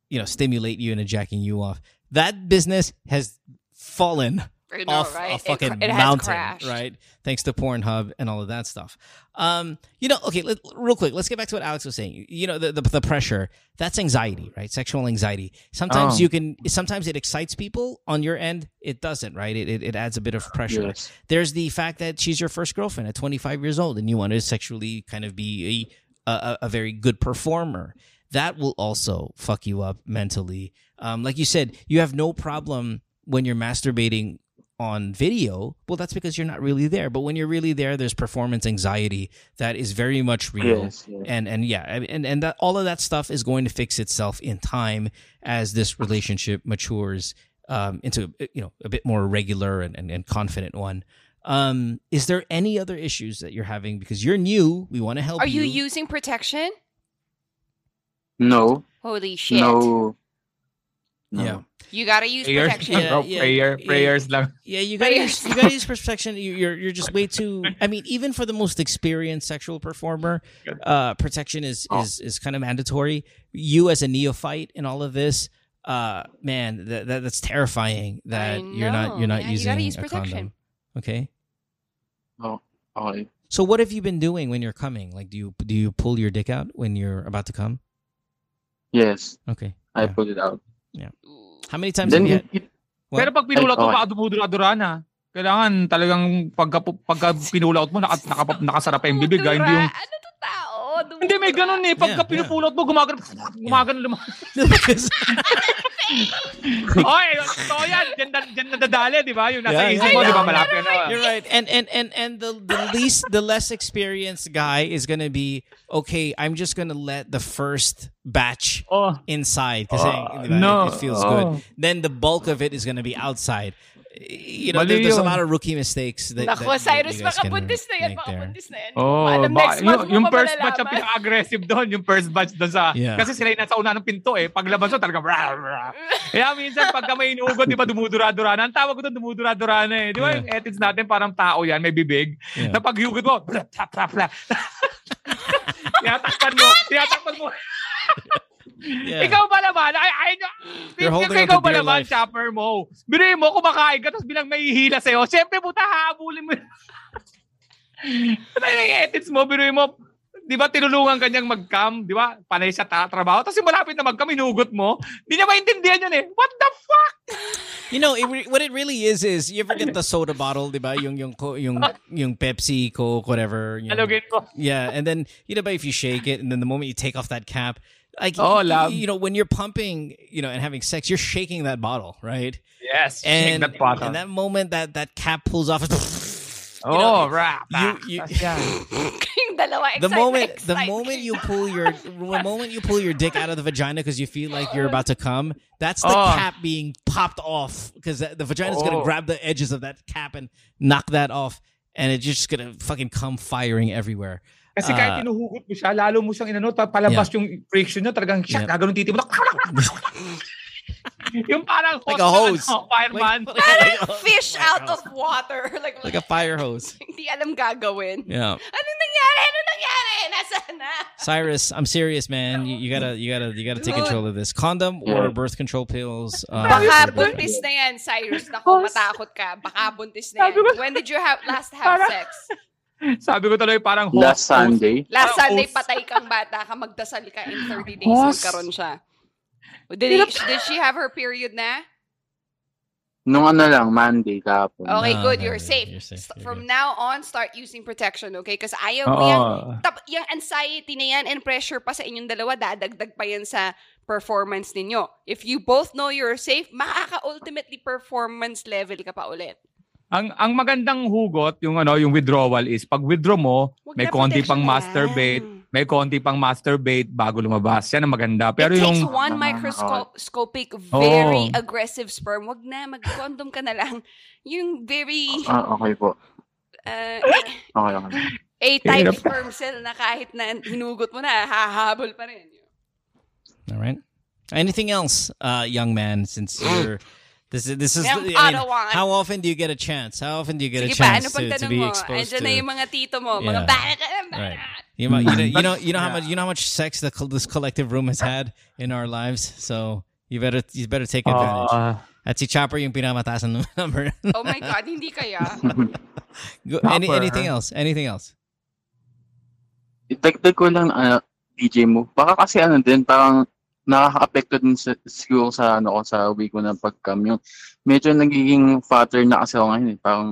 A: you know stimulate you and jacking you off. That business has fallen
B: I know,
A: off
B: right?
A: a
B: It cr-
A: fucking
B: it has
A: mountain,
B: crashed.
A: right? Thanks to Pornhub and all of that stuff. Um, you know, okay, let, real quick, let's get back to what Alex was saying. You know, the, the, the pressure that's anxiety, right? Sexual anxiety. Sometimes
C: Oh.
A: you can, sometimes it excites people. On your end, it doesn't, right? It, it, it adds a bit of pressure.
F: Yes.
A: There's the fact that she's your first girlfriend at 25 years old, and you want to sexually kind of be a, a, a very good performer. That will also fuck you up mentally. Um, like you said, you have no problem when you're masturbating on video. Well, that's because you're not really there. But when you're really there, there's performance anxiety that is very much real
F: Yes. yes.
A: and and yeah I mean, and and that all of that stuff is going to fix itself in time as this relationship matures um into you know a bit more regular and and, and confident one um is there any other issues that you're having because you're new we want to help
B: Are you
A: you
B: using protection?
F: No.
B: Holy shit.
F: No. No.
A: yeah
B: You gotta use
C: Prayers.
B: protection.
A: Yeah,
C: Bro,
A: yeah,
C: prayer.
A: yeah.
C: Prayers lang.
A: yeah you gotta
B: Right.
A: use, you gotta use protection You- you're you're just way too i mean even for the most experienced sexual performer uh protection is is is kind of mandatory you as a neophyte in all of this uh man that, that that's terrifying that you're not you're
B: know.
A: not
B: Yeah, you
A: using
B: gotta use
A: a condom
B: protection.
A: okay
F: Okay.
A: so what have you been doing when you're coming like do you do you pull your dick out when you're about to come
F: Yes.
A: okay
F: I
A: Yeah.
F: put it out.
A: how many times
F: Then,
A: have you had-
F: it-
A: What?
C: Pero pag pinulout mo,
F: Ay, okay.
C: baka dumudura-duran ha. Kailangan talagang pagka, pagka pinulout mo, naka, naka, nakasarap pa yung bibig ha. Hindi yung...
B: Dumura. Ano to tao?
C: Hindi, may ganun eh. Pagka
A: Yeah, yeah.
C: pinupulout mo, gumagano, gumagano lumang. Oy, so yan, dyan, na- dyan nadadali, di ba? Yung nasa
A: Yeah,
C: isip
A: yeah,
C: mo, di ba,
A: yeah.
C: malapit na.
A: You're right. And and and and the the least the less experienced guy is gonna be okay. I'm just gonna let the first batch
C: Oh,
A: inside because
C: Ah,
A: it,
C: no.
A: it feels
C: Oh.
A: good. Then the bulk of it is gonna be outside. You know, there-
C: Mali
A: there's a
C: yun.
A: lot of rookie mistakes that, that,
B: Naku,
A: that
B: Cyrus,
A: you guys can
B: makabuntis na yan.
A: make there.
B: Makabuntis na yan.
C: oh
B: Alam,
C: ba-
B: next month
C: yung,
B: mo
C: yung
B: pa
C: first batch ang
B: malalaman.
C: pinaka-aggressive doon, yung first batch doon sa...
A: Yeah.
C: Kasi sila yung nasa una ng pinto eh. Paglabas mo, talaga... Rah, rah. Kaya minsan, pagka may inuugot, di ba, dumudura-durana. Ang tawag ko doon, dumudura-durana eh. Di ba,
A: Yeah.
C: yung ethics natin, parang tao yan, may bibig.
A: Yeah.
C: na pag hugot mo, blah, blah, blah, blah. tinatakpan mo, tinatakpan mo.
A: Yeah.
C: Ikaw ba naman? Ay, ay, no.
A: They're holding on
C: ikaw
A: to
C: ba
A: dear life.
C: naman, chopper mo? Binuhin mo, kumakain ka, tapos bilang may hihila sa'yo. Siyempre, puta, haabulin mo. Ano yung ethics mo, binuhin mo. di ba tinulungan kanyang mag-cam, di ba? Panay siya ta- trabaho. Tapos yung malapit na mag-cam, hinugot mo. Hindi niya maintindihan yun eh. What the fuck?
A: You know, it, re- what it really is is you ever get the soda bottle, di ba? Yung yung co- yung yung Pepsi, Coke, whatever. Yung,
C: Halogin ko.
A: Yeah, and then you know, but if you shake it, and then the moment you take off that cap, like
C: Oh,
A: you,
C: lab.
A: you know, when you're pumping, you know, and having sex, you're shaking that bottle, right?
C: Yes.
A: And
C: shake that bottle.
A: and that moment that that cap pulls off,
C: oh, rap.
A: you- you-
C: Tapos yan.
B: Yung dalawa,
A: the
B: excited,
A: moment the
B: excited.
A: moment you pull your the moment you pull your dick out of the vagina because you feel like you're about to come, that's the
C: Oh.
A: cap being popped off because the, the vagina's
C: Oh.
A: gonna grab the edges of that cap and knock that off, and it's just gonna fucking come firing everywhere.
C: Kasi
A: Ah.
C: kahit tinuhugot mo siya, lalo mo siyang inano, pa- palabas yung friction niya, talagang siya,
A: Yep.
C: gaganon titi mo. yung parang
A: Like a hose.
C: Ano, fireman.
A: Like,
B: Parang
A: like-
B: fish
A: like-
B: out of water. Like,
A: like a fire hose.
B: hindi alam gagawin.
A: Yeah,
B: Ano nangyari? Ano nangyari? Nasaan na?
A: Cyrus, I'm serious, man. You, you gotta, you gotta, you gotta take control of this. Condom or
F: Yeah.
A: birth control pills. Uh,
B: Baka
A: for your boyfriend.
B: buntis na yan, Cyrus. Naku, matakot ka. Baka buntis na
C: Sabi ko-
B: yan. When did you have last have
C: Parang-
B: sex?
C: Sabi ko tuloy parang hose.
F: Last Sunday.
B: Last
C: Parang
B: Sunday,
C: os-
B: patay kang bata ka. Magdasal ka in 30 days.
C: Os.
B: Magkaroon siya. Did, he- did she have her period na?
F: Nung ano lang, Monday kahapon.
B: Okay,
A: Ah,
B: good.
A: okay,
B: You're
A: okay.
B: safe.
A: You're safe.
B: St-
A: You're
B: From
A: good.
B: now on, start using protection, okay? Kasi ayaw ko yan.
C: Oo.
B: Tap, yung anxiety na yan and pressure pa sa inyong dalawa, dadagdag pa yan sa performance ninyo. If you both know you're safe, makaka-ultimately performance level ka pa ulit.
C: Ang ang magandang hugot, yung ano, yung withdrawal is pag withdraw mo,
B: Huwag
C: may
B: na
C: konti
B: protection
C: pang
B: na
C: masturbate,
B: lang.
C: may konti pang masturbate bago lumabas. Yan ang maganda. Pero
B: It takes
C: yung Oh.
B: one
F: Ah,
B: microscopic, very
C: Oo.
B: aggressive sperm. Wag na, mag-condom ka na lang. Yung very
F: Ah, okay po.
A: Ah.
B: uh,
F: Okay, okay.
B: A-type
C: Hirap.
B: sperm cell na kahit na hinugot mo na, hahabol pa rin.
A: All right. Anything else, uh, young man? Since
B: Mm.
A: you're this is this is
B: Young
A: I mean,
B: Padawan.
A: how often do you get a chance? How often do you get a
B: Sige pa, ano
A: chance
B: pang
A: to, to
B: tanong
A: be
B: mo?
A: exposed
B: Andiyan
A: to?
B: na yung mga tito mo, mga
A: Yeah.
B: bata ka na, bata.
A: Right. You, might- you know, you know, you know how
C: Yeah.
A: much you know how much sex the, col- this collective room has had in our lives. So you better you better
B: Uh,
A: take advantage.
C: Ah,
A: At si Chopper yung pinamatasan ng number.
B: Oh my God, hindi kaya.
A: Go- any,
C: Chopper.
A: anything else? Anything else?
F: Itagtag ko lang ano, DJ mo. Baka kasi ano din, parang nakaka-apekto din sa, siguro sa ano ko sa week ko na pagcam yung medyo nagiging fatter na kasi ako ngayon eh. Parang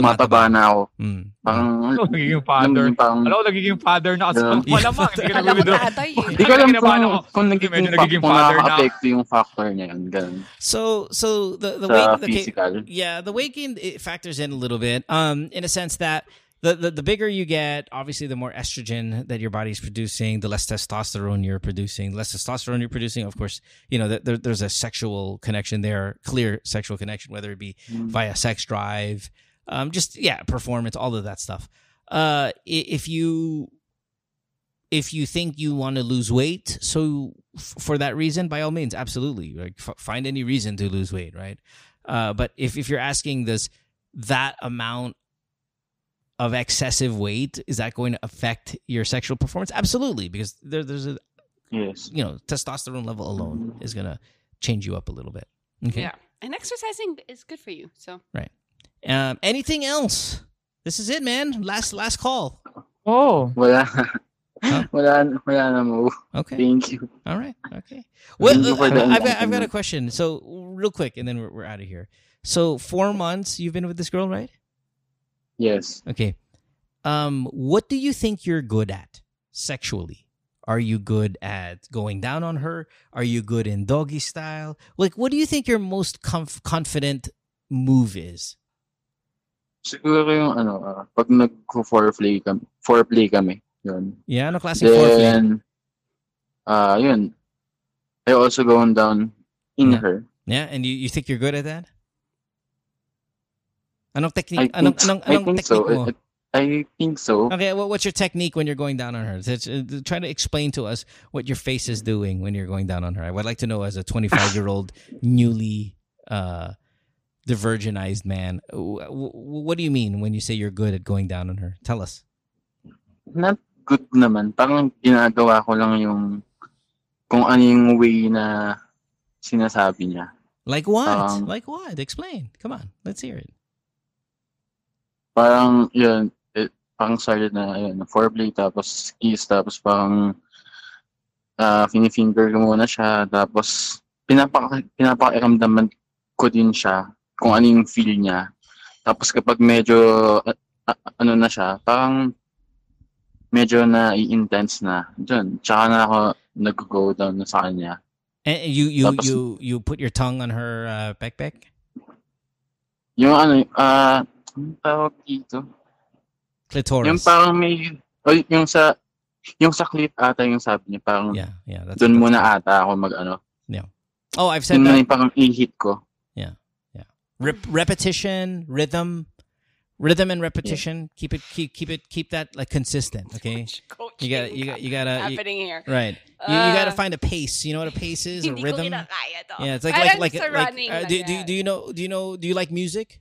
F: mataba na ako.
A: Mm.
F: Parang
C: ano, nagiging father.
F: yung parang
C: Alam ko, nagiging father na kasi.
F: Yeah.
C: Malamang, hindi ka
B: Alam mo
C: nag-withdraw.
B: tatay eh.
F: Hindi ko alam
C: Kinabahan
F: kung,
C: ako.
F: kung
C: Ano Medyo
F: nagiging,
C: nagiging
F: fa- kung
C: father na.
F: nakaka-apekto yung factor niya yun. Ganun.
A: So so the the
F: Sa
A: way okay,
F: physical.
A: Yeah, the weight gain it factors in a little bit. Um, in a sense that the, the the bigger you get, obviously, the more estrogen that your body's producing, the less testosterone you're producing. The less testosterone you're producing, of course, you know that there, there's a sexual connection there, clear sexual connection, whether it be via sex drive, um, just yeah, performance, all of that stuff. Uh, i- if you if you think you want to lose weight, so f- for that reason, by all means, absolutely, like f- find any reason to lose weight, right? Uh, but if if you're asking this that amount of excessive weight is that going to affect your sexual performance? Absolutely, because there, there's a
F: Yes.
A: you know testosterone level alone is gonna change you up a little bit. Okay.
B: Yeah. And exercising is good for you. So
A: Um, anything else? This is it, man. Last last call.
C: Oh.
F: Wala. wala, wala na mo.
A: Okay.
F: Thank you.
A: All right. Okay.
F: Thank
A: Well,
F: you for
A: I've,
F: the
A: I've got, I've got a
F: enlightenment.
A: question. So real quick, and then we're, we're out of here. So four months you've been with this girl, right?
F: Yes.
A: Okay. Um, what do you think you're good at sexually? Are you good at going down on her? Are you good in doggy style? Like, what do you think your most comf- confident move is?
F: Siguro yung ano, ah, pag nag-foreplay kami, foreplay kami, yun.
A: Yeah, no classic foreplay.
F: Then, ah, yun. I also going down in
A: Yeah.
F: her.
A: Yeah, and you, you think you're good at that? Anong
F: I
A: technique?
F: think,
A: Anong, anong,
F: I
A: anong
F: think
A: technique
F: so.
A: mo?
F: I, I think so.
A: Okay, well, what's your technique when you're going down on her? That's- uh, Try to explain to us what your face is doing when you're going down on her. I would like to know, as a 25 year old newly uh, divergenized man, w- w- what do you mean when you say you're good at going down on her? Tell us.
F: Not good naman. Parang ginagawa ko lang yung kung ano yung way na sinasabi niya.
A: Like what?
F: Um,
A: like what? Explain. Come on, let's hear it.
F: Parang yun. It, parang solid na, ayun, na foreplay, tapos kiss, tapos parang ah finifinger ko muna siya, tapos pinapaka, pinapakaramdaman ko din siya kung ano yung feel niya. Tapos kapag medyo, ah, ah, ano na siya, parang medyo na intense na. Doon, tsaka na ako nag-go down na sa kanya.
A: And you you
F: Tapos-
A: you you put your tongue on her uh, backpack.
F: Yung ano, ah, anong tawag dito?
A: Clitoris.
F: Yung parang may, o yung sa, yung sa clip ata yung sabi niya, parang
A: yeah, yeah. That's,
F: doon
A: that's-
F: muna ata ako mag ano.
A: Oh, I've said
F: Yun na
A: that.
F: yung parang i-hit ko.
A: Rep- repetition, rhythm, rhythm and repetition. Keep it, keep, keep it, keep that like consistent. Okay, you got, to you got, you gotta, you-
B: happening here.
A: right. You, you gotta
B: Ah.
A: find a pace. You know what a pace is? A
B: Hindi ko
A: rhythm.
B: kinakaya to.
A: Yeah, it's like like
B: Parang
A: like,
B: sa
A: like,
B: running
A: uh,
B: lang
A: do, do
B: yan.
A: do you know do you know do you like music?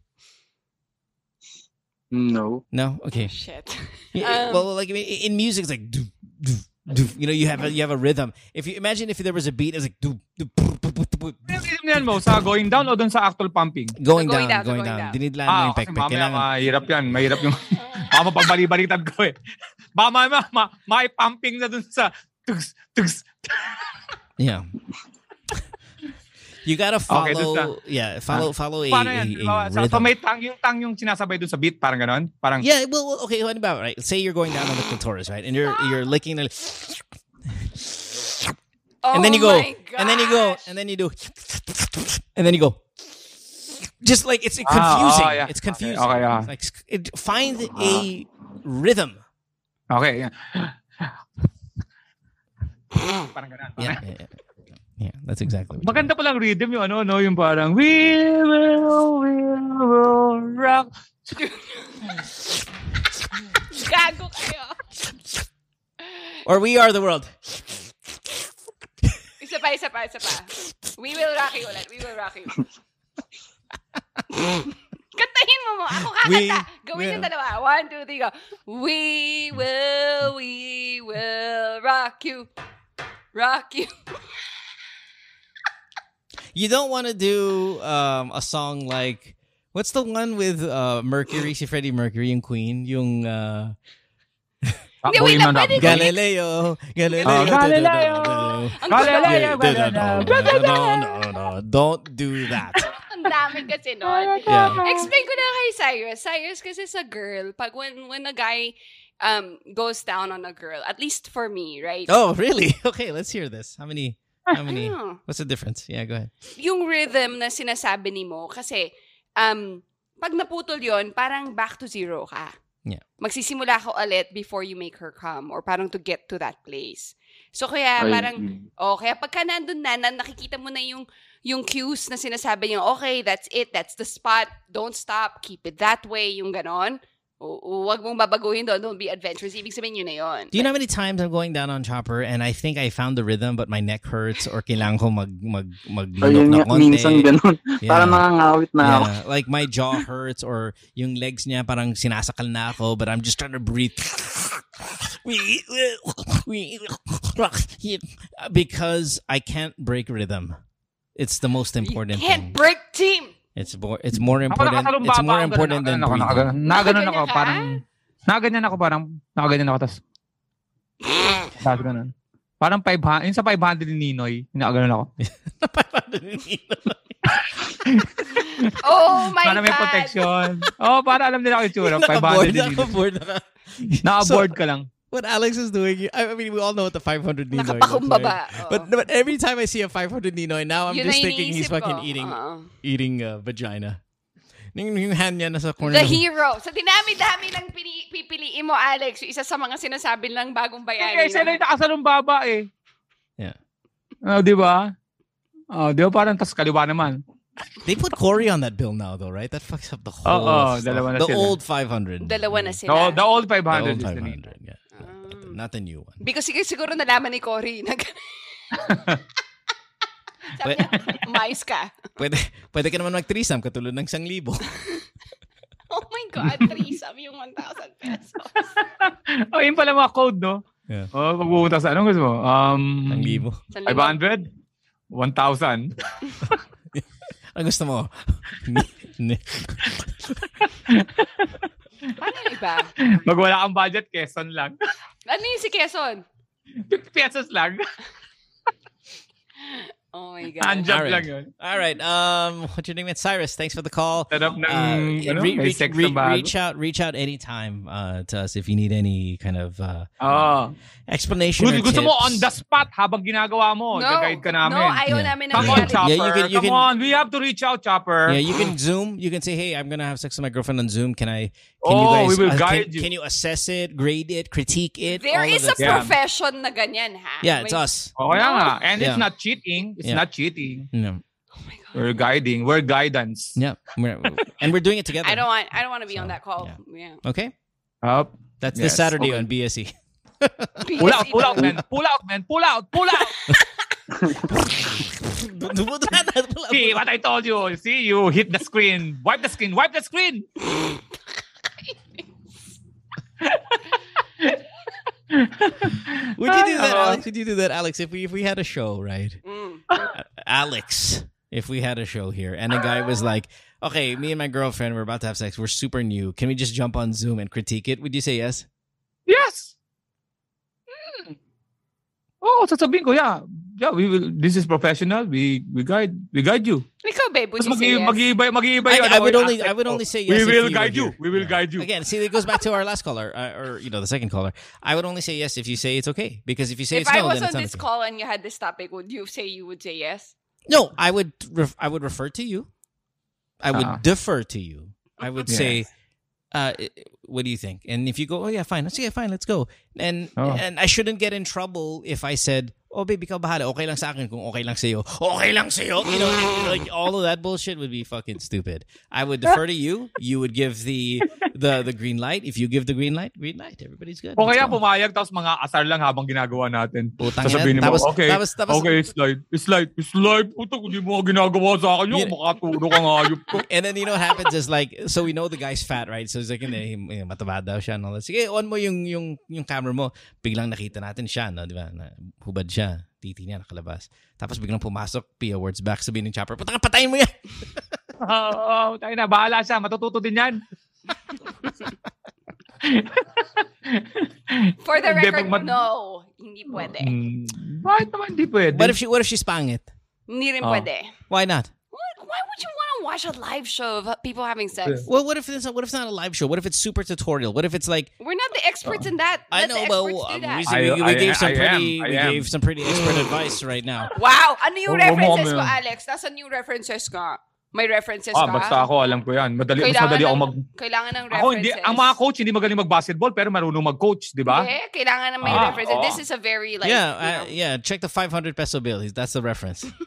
F: No.
A: No, okay.
B: Shit.
A: Yeah,
B: Um,
A: well, like I mean, i- in music, it's like doo, doo, doo. you know you have a, you have a rhythm. If you imagine if there was a beat, it's like doo, doo, doo, doo, doo, doo, doo.
C: Ano yung yan mo? Sa going down o doon sa actual pumping?
A: going,
B: Going
A: down,
B: down,
A: going
B: going
A: down.
B: down.
A: Dinidlaan mo
C: Ah,
A: Ano yung
C: kasi
A: backpack.
C: mamaya
A: Kailangan
C: mahirap yan. Mahirap yung... Baka mapagbali-baliktad ko eh. Baka mamaya ma, may pumping na doon sa... Tugs, tugs.
A: Yeah. you gotta follow.
C: Okay, Uh-huh. doon
A: yeah, follow follow a,
C: Paano
A: a-
C: yan?
A: a
C: Diba? Sa, so
A: rhythm.
C: may tang, yung tang yung sinasabay doon sa beat, parang ganon? Parang...
A: Yeah, well, well, okay. What about right? Say you're going down on the clitoris, right? And you're you're licking the, and then you
C: Oh
A: go,
B: Oh
A: and then you go, and then you do, and then you go. Just like it's confusing.
C: Ah, oh, yeah. Uh-huh.
A: It's confusing.
C: Okay, okay, ah.
A: Like it, find a rhythm.
C: Okay. yeah. parang ganon.
A: Yeah, yeah, yeah. Yeah, that's exactly. What
C: Uh-huh. Maganda palang rhythm yung ano, no? Yung parang... We will, we will rock.
B: Gago kayo.
A: you- Or we are the world.
B: Isa pa, isa pa, isa pa. We will rock you ulit. We will rock you. Kantahin mo mo. Ako kakanta.
A: We
B: Gawin yung
A: will.
B: dalawa. One, two, three, go. We will, we will rock you. Rock you.
A: You don't want to do um, a song like what's the one with uh, Mercury, si Freddie Mercury and Queen, yung uh, Ah,
B: Hindi, wait lang, pwede ko.
A: Galileo, Galileo,
C: Oh, Galileo.
B: Ang gulo.
C: Galileo.
A: Yeah, da- da- da- da- da- da- da- Don't do that.
B: Ang dami kasi nun.
A: Yeah.
B: Explain ko na kay Cyrus. Cyrus kasi sa girl, pag when, when a guy um, goes down on a girl, at least for me, right?
A: Oh, really? Okay, let's hear this. How many? How many?
B: Ano?
A: What's the difference? Yeah, go ahead.
B: yung rhythm na sinasabi ni mo, kasi um, pag naputol yon parang back to zero ka.
A: Yeah.
B: Magsisimula ka ulit before you make her come or parang to get to that place. So kaya
F: Ay,
B: parang,
F: mm.
B: oh, kaya pagka nandun na, na nakikita mo na yung, yung cues na sinasabi niya, okay, that's it, that's the spot, don't stop, keep it that way, yung ganon. O, wag mong babaguhin doon, don't be adventurous. Ibig sabihin yun na yun.
A: Do you know how many times I'm going down on chopper and I think I found the rhythm but my neck hurts or kailangan ko mag mag mag
F: Ayun nga,
A: na
F: minsan ganun. Parang nangangawit na ako.
A: Yeah, like my jaw hurts or yung legs niya parang sinasakal na ako but I'm just trying to breathe. We- we- because I can't break rhythm. It's the most important
B: you
A: thing.
B: can't break team!
A: it's more it's more
C: Ako
A: important.
C: nakasalumba
A: It's
C: pa
A: more
C: ako,
A: important than
C: ganun ako,
A: breathing.
C: nakaganon- Nakaganon ako,
B: Nakaganyan ka?
C: parang... Nakaganyan ako, parang... Nakaganyan ako, tas... Tapos ganun. Parang 500, yung sa 500 ni Ninoy, nakaganon ako.
B: Oh my
C: para may
B: God!
C: protection. oh, para alam nila ako yung tsura. 500
A: Nakaboard,
C: ni Ninoy.
A: nakaboard, naka-
C: Naka-board ka lang.
A: What Alex is doing, I I mean, we all know what the 500 Ninoy looks like.
B: Nakapakumbaba. oo.
A: But, but every time I see a 500 Ninoy, now I'm
B: Yun
A: just
B: ang
A: thinking he's
B: iniisip
A: fucking
B: ko.
A: eating
B: Oo.
A: eating uh, vagina. Yung, yung hand niya nasa corner.
B: The
A: ng-
B: hero. Sa dinami-dami ng pini- pipiliin mo, Alex, yung isa sa mga sinasabi ng bagong bayani.
C: Okay, siya lang yung nakasalumbaba eh.
A: Yeah.
C: Oh, di ba? Oh, di ba parang tas kaliwa naman?
A: They put Corey on that bill now, though, right? That fucks up the whole.
C: Oo,
A: stuff.
C: dalawa na
A: the
C: sila.
A: old 500.
B: Dalawa na
C: The,
B: sila. Mm.
C: the old
A: The
C: 500.
A: old
C: is the name.
A: 500. Yeah. Not the- Not the new one.
B: Because sig- siguro nalaman ni Cory na gano'n. Sabi niya, umayos ka.
A: Pwede, pwede ka naman mag-threesome katulad ng 1,000.
C: Mm.
B: Oh my God, threesome yung 1,000 pesos.
C: Oh, yun pala mga code, no?
A: Yeah.
C: Oh, pag pupunta sa anong gusto mo? Um,
A: 1,000.
C: 500? 1,000?
A: Ang gusto mo? Ni- ni-
B: Paano yung iba?
C: Pag wala kang budget, Quezon lang.
B: Ano yung si Quezon?
C: 50 pesos lang.
B: Oh my God.
C: Hand job
A: Alright.
C: lang yun.
A: All right. Um, what's your name? It's Cyrus. Thanks for the call.
C: Sarap ng,
A: Uh,
C: ano,
A: re-
C: Mm, may
A: re-
C: sex
A: re-
C: na bago.
A: reach out, reach out anytime uh, to us if you need any kind of uh,
C: Oo.
A: explanation. or
C: Gusto, Ah. gusto mo
A: tips.
C: on the spot habang ginagawa mo. guide ka namin.
B: No, ayaw
A: Yeah.
B: namin na
C: Come on,
B: mangyari.
C: Chopper.
A: Yeah, you can- you
C: Come
A: can-
C: on. We have to reach out, Chopper.
A: Yeah, you can Zoom. You can say, "Hey, I'm gonna have sex with my girlfriend on Zoom. Can I? Can
C: Oh,
A: you guys?
C: we will
A: uh,
C: guide
A: can,
C: you.
A: Can you assess it, grade it, critique it?
B: There
A: all of
B: is a
A: that stuff.
B: profession na ganyan, ha?
A: Yeah, it's
B: May-
A: us.
C: Oh, kaya nga. And it's
A: Yeah.
C: not cheating. It's
A: Yeah.
C: not cheating.
A: No.
B: Oh my God.
C: We're guiding. We're guidance.
A: Yeah, we're, and we're doing it together.
B: I don't want. I don't want to be
A: So,
B: on that call. Yeah.
A: Okay,
C: Up.
A: that's
C: Yes,
A: this Saturday on
C: okay.
A: E. BSE.
C: Pull out, pull out, man. Pull out, man. Pull out, pull out. See what I told you. See, you hit the screen. Wipe the screen. Wipe the screen.
A: Would you do that,
C: Ah,
A: Alex? Would you do that, Alex? If we if we had a show, right?
B: Mm.
A: Alex, if we had a show here and a guy was like, okay, me and my girlfriend, we're about to have sex. We're super new. Can we just jump on Zoom and critique it? Would you say yes?
C: Yes. Hmm. Oh, sasabihin ko, yeah. Yeah, we will. This is professional. We we guide we guide you.
B: Ikaw, babe, would you
C: Mas
B: say
C: magi-
B: yes?
C: mag-iiba, mag-iiba
A: I,
C: yun.
A: I would
C: Ano,
A: only
C: aspect
A: I would
C: ko.
A: only say yes.
C: We
A: if
C: will
A: were
C: guide you.
A: here.
C: We will
A: Yeah.
C: guide you.
A: Again, see, it goes back to our last caller, uh, or you know, the second caller. I would only say yes if you say it's okay, because if you say
B: if
A: it's
B: I
A: no,
B: was
A: then
B: on
A: it's not
B: this
A: okay.
B: call and you had this topic, would you say you would say yes?
A: No, I would ref- I would refer to you. I would
C: Ah.
A: defer to you. I would
C: Yes.
A: say, uh, i- what do you think? And if you go, oh yeah, fine. Let's yeah, fine. Let's go. And
C: Oh.
A: and I shouldn't get in trouble if I said, oh baby, ikaw bahala. Okay lang sa akin kung okay lang sa'yo. Okay lang sa'yo. You know, like all of that bullshit would be fucking stupid. I would defer to you. You would give the the the green light. If you give the green light, green light. Everybody's good.
C: O kaya
A: Let's go.
C: pumayag tapos mga asar lang habang ginagawa natin.
A: Putang
C: Sasabihin
A: ina.
C: mo,
A: Tapos-
C: okay,
A: tapos- tapos-
C: okay, it's live, it's live, it's live. Puto, hindi mo ginagawa sa akin yun.
A: Yun-
C: Makatulog ang hayop ko.
A: And then you know what happens is like so we know the guy's fat, right? So he's like, hindi, eh, mataba daw siya. No? Sige, on mo yung, yung, yung camera mo. Biglang nakita natin siya, no? Di ba? Na, hubad siya. Titi niya nakalabas. Tapos biglang pumasok, Pia words back. Sabihin ng chopper, puta ka, patayin mo yan!
C: Oo, oh, tayo na, bahala siya. Matututo din yan.
B: For the
C: Hindi,
B: record,
C: pag mat-
B: no. Hindi pwede.
C: Hmm, bakit naman hindi pwede?
A: What if, she, what if she's pangit?
B: Hindi rin
C: Oh.
B: pwede.
A: Why not?
B: What? Why would you want to watch a live show of people having sex?
A: Well, what if it's what if it's not a live show? What if it's super tutorial? What if it's like
B: We're not the
C: Ah.
B: experts in that.
A: I
B: Let the
A: know, but uh,
B: experts do that.
A: we, we,
C: I-
A: we gave
C: I-
A: some
C: I
A: pretty
C: am, I
A: we
C: am.
A: gave some pretty expert advice right now.
B: Wow! Ano yung
C: Huwag mo
B: references
C: kami-
B: ko, Alex? Nasaan yung references ka? May references
C: ah,
B: ka?
C: basta ako, alam ko yan. Madali, mas
B: Kailangan
C: madali ako
B: ng-
C: mag...
B: Kailangan ng references.
C: Ako, hindi, ang mga coach, hindi magaling mag-basketball, pero marunong mag-coach, di ba?
B: Hindi, kailangan ng may
C: Ah,
B: references.
C: oo.
B: This is a very like...
A: yeah, uh,
B: you
A: yeah. Check the five hundred peso bill. That's the reference.
B: know.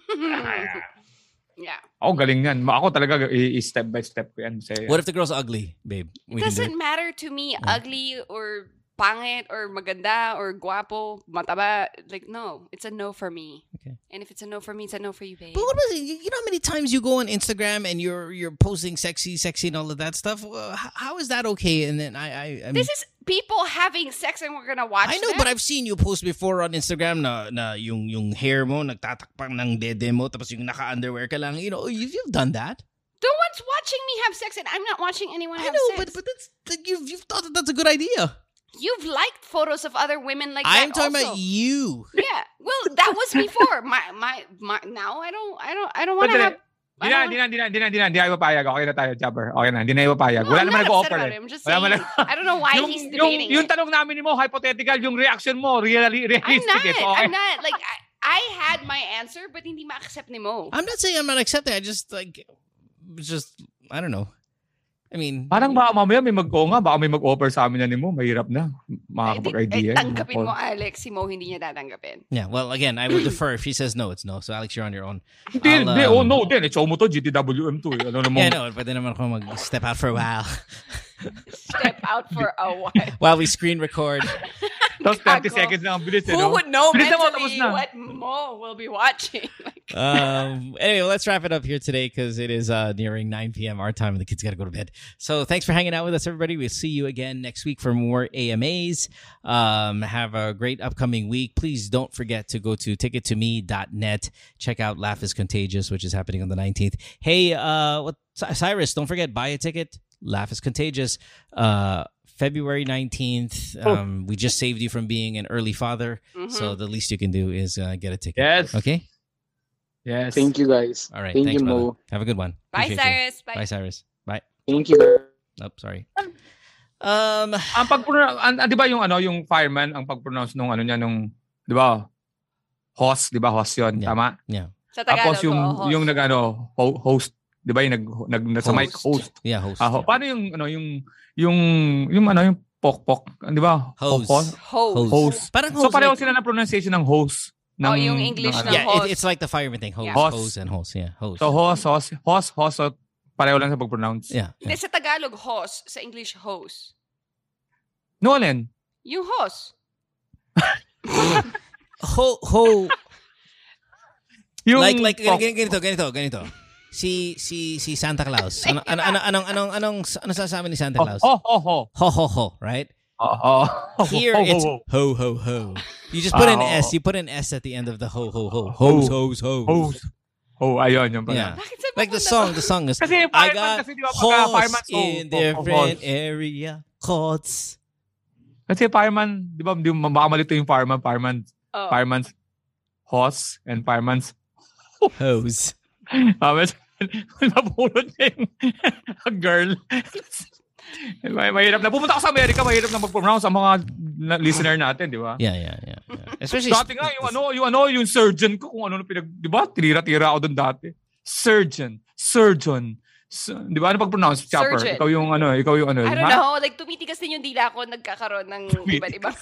B: yeah.
C: Ako, galing yan. Ako talaga, i- i- step by step ko yan. Kasi,
A: What if the girl's ugly, babe? We can do it.
B: Doesn't matter to me ugly or pangit or maganda or guapo, mataba. Like, no. It's a no for me.
A: Okay.
B: And if it's a no for me, it's a no for you, babe.
A: But what was it? You you know how many times you go on Instagram and you're you're posting sexy, sexy, and all of that stuff. Well, h- how is that okay? And then I, I, I mean,
B: This is people having sex and we're gonna watch
A: I know,
B: them?
A: but I've seen you post before on Instagram na na yung yung hair mo nagtatakpang ng dede mo tapos yung naka-underwear ka lang. You know, you've, you've done that.
B: The one's watching me have sex and I'm not watching anyone
A: I
B: have
A: know,
B: sex.
A: but but that's like, you've you've thought that that's a good idea.
B: You've liked photos of other women like
A: I'm
B: that
A: talking about
B: also.
A: you.
B: Yeah. Well, that was before. My my my now I don't I don't I don't want to
C: Madali.
B: have
C: Hindi na, hindi na, hindi na, hindi na, hindi na, hindi na ipapayag. Okay na tayo, Jabber. Okay na, hindi na ipapayag. Wala
B: I'm
C: naman
B: not
C: nag-offer
B: upset about
C: eh.
B: it. I'm just
C: Wala naman
B: saying. I don't know why
C: yung,
B: he's
C: yung,
B: debating.
C: yung
B: it.
C: tanong namin mo, hypothetical, yung reaction mo, really,
B: I'm
C: realistic.
B: not.
C: It's okay.
B: I'm not like I, I had my answer, but hindi ma-accept ni Mo.
A: I'm not saying I'm not accepting. I just like just I don't know. I mean,
C: Parang baka mamaya may mag o nga, baka may mag-offer sa amin yan ni mo, mahirap
B: Ay,
C: na.
B: di- ay,
C: Makakapag-idea.
B: tanggapin mo, ah. Alex. Si Mo hindi niya tatanggapin.
A: yeah. Well, again, I would defer. If she says no, it's no. So Alex, you're on your own. I'll,
C: Hindi, hindi.
A: um,
C: Oh no, din. It's mo to, GTWM to. eh.
A: Yeah,
C: Ano namang,
A: no, pwede naman ako mag-step out for a while.
B: Step out for a while.
A: While we screen record.
C: tapos 30
B: Gago.
C: seconds lang ang bilis. eh,
B: Who
C: no?
B: would know
C: Bilis na,
B: mentally
C: tapos na.
B: what Mo will be watching? Like,
A: Um, anyway, let's wrap it up here today because it is uh, nearing 9 p.m. our time and the kids got to go to bed. So thanks for hanging out with us, everybody. We'll see you again next week for more AMAs. Um, have a great upcoming week. Please don't forget to go to tickettome.net. Check out Laugh is Contagious, which is happening on the 19th. Hey, uh, what, Cy- Cyrus, don't forget, buy a ticket. Laugh is Contagious. Uh, February 19th. Um, We just saved you from being an early father.
B: Mhm.
A: So the least you can do is uh, get a ticket.
C: Yes.
A: Okay?
C: Yes.
F: Thank you guys.
A: All right.
F: Thank
A: Thanks,
F: you,
A: brother.
F: Mo.
A: Have a good one.
B: Bye,
A: Appreciate you.
B: Cyrus. Bye.
A: Bye, Cyrus. Bye.
F: Thank you guys.
A: Oh, sorry. Um,
C: Ang pagpronounce, an, an- 'di ba yung ano, yung fireman ang pagpronounce nung ano niya nung 'di ba? Host, 'di ba? Host 'yon,
A: Yeah.
C: tama?
A: yeah.
B: Sa
C: Tapos
B: Tagalog,
C: yung
B: oo, host.
C: yung nagano ho- host, 'di ba? Yung nag, nag nasa mic
A: Host.
C: host.
A: Yeah, host.
C: Ah, ho- paano yung ano yung yung yung ano yung pokpok, 'di ba?
A: Hose.
C: Pokpok?
B: host.
A: Host.
C: Host.
A: Parang
C: So
A: host,
C: pareho
A: like-
C: sila ng pronunciation ng host. Ng,
B: Oh, yung English
A: Uh,
B: ng-
C: ng ano.
A: Yeah,
B: host.
A: It, it's like the fireman thing. Hose,
B: Yeah.
A: hose,
C: Hose.
A: and hose. Yeah, hose.
C: So host, host, host, host, so pareho lang sa pag-pronounce.
A: yeah. yeah.
B: Hindi, sa Tagalog, host. Sa English, host.
C: No, Len.
B: Yung host.
A: Ho, ho,
C: Yung
A: like, like,
C: pok-
A: ganito, ganito, ganito, ganito. Si, si, si Santa Claus. Ano, ano, ano, anong, anong, anong, ano sasabi ni Santa
C: Oh,
A: Claus?
C: oh, oh, oh.
A: Ho, ho, ho, right?
C: Oh, oh, oh.
A: Here,
C: Oh, oh,
A: it's
C: oh.
A: ho, ho, ho. You just put
C: Ah,
A: an
C: oo.
A: S. You put an S at the end of the ho, ho, ho. Hose, hose, hose.
C: Hose. Oh, ayun, yun pala.
A: Yeah.
B: Bakit sa
A: Ah. Like the
B: mapunta
A: song,
B: to?
A: the song is,
C: Kasi
A: I
C: fireman
A: got
C: kasi di ba pagka
A: hose
C: fireman,
A: in
C: so, oh, oh,
A: different
C: hose.
A: area. Cots.
C: Kasi fireman, di ba, di ba, baka malito yung fireman, fireman,
B: Oh.
C: fireman's horse and fireman's,
A: Hose.
C: ah, mas, napulot niya yung a girl. May, mahirap na. Pumunta ako sa Amerika, mahirap na mag-pronounce ang mga na- listener natin, di ba?
A: Yeah, yeah, yeah. yeah. Especially
C: Dati nga, yung ano, yung ano, yung surgeon ko, kung ano na pinag, di ba, tinira-tira ako doon dati. Surgeon, surgeon, Su- di ba, ano pag-pronounce, chopper?
B: Surgeon.
C: Ikaw yung ano, ikaw yung ano.
B: I don't
C: ha?
B: know. Like, tumitigas din yung dila ko. Nagkakaroon ng iba't iba.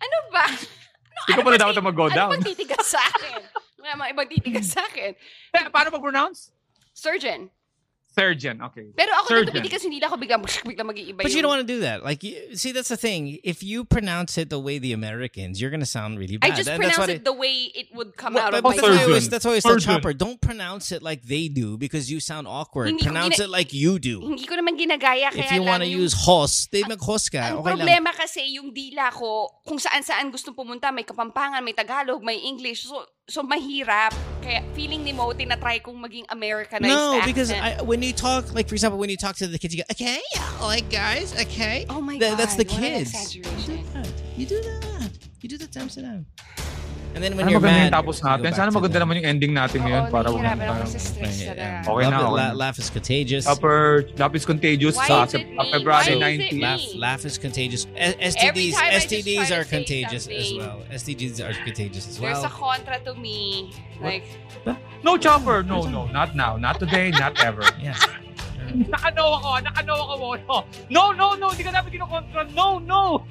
B: Ano ba? Ano
C: Ikaw pala
B: ba
C: dapat
B: ti-
C: na mag-go down.
B: Ano bang titigas sa akin? Wala mga ibang titigas sa akin.
C: Eh, Paano pag-pronounce?
B: Surgeon.
C: Surgeon, okay.
B: Pero ako
C: Surgeon.
B: nung tumitigas yung dila ko, bigla, bigla mag-iiba
A: But
B: yung...
A: you don't want to do that. Like, you, see, that's the thing. If you pronounce it the way the Americans, you're gonna sound really
B: I
A: bad.
B: just
A: And that's
B: pronounce
A: what
B: it the way it would come
A: Well,
B: out
A: but-
B: of
A: but
B: my
A: that's why I
C: surgeon.
A: always,
B: mouth.
A: that's why I always tell
C: Surgeon.
A: Chopper, don't pronounce it like they do because you sound awkward.
B: Hindi ko
A: pronounce
B: gina-
A: it like you do.
B: Hindi ko naman ginagaya. Kaya
A: If you want to
B: lang yung-
A: use hos, they mag hos ka.
B: Ang
A: Okay lang.
B: problema kasi yung dila ko, kung saan-saan gustong pumunta, may Kapampangan, may Tagalog, may English. So, so mahirap. Kaya feeling ni Mo, tinatry kong maging Americanized
A: No,
B: accent.
A: because I, when you talk, like for example, when you talk to the kids, you go, "Okay, yeah, all right, guys, okay."
B: Oh my
A: Th-
B: God,
A: that's the
B: what an
A: kids. You do
B: exaggeration.
A: that. You do that. You do that to Amsterdam. And then when
C: Sana
A: you're
C: maganda
A: mad,
C: yung tapos
A: you go
C: natin.
A: back
C: Sana
A: to
C: maganda
A: the-
C: naman yung ending natin
B: Oo,
C: ngayon. Para wala
B: nahihirapan ako
C: tayong-
B: sa stress
A: Right, yeah.
B: na lang.
C: um, Okay
A: Love
C: na,
A: it,
C: okay
A: la-
C: na.
A: laugh is contagious.
C: Upper, Love is Contagious
B: Why is
C: sa
B: it
C: Sep-
B: me?
C: February
B: Why is it
C: 19.
B: me?
A: Laugh, laugh is contagious. S-
B: Every
A: STDs,
B: time I just
A: STDs
B: try to
A: are
B: say
A: contagious as
B: something.
A: well. STDs are contagious as
B: There's
A: well.
B: a contra to me. Like,
C: No, Chopper. No, no. Not now. Not today. Not ever.
A: Yeah.
C: Nakano ako. Nakano ako. Mono. No, no, no. Hindi ka dapat kinukontra. No, no.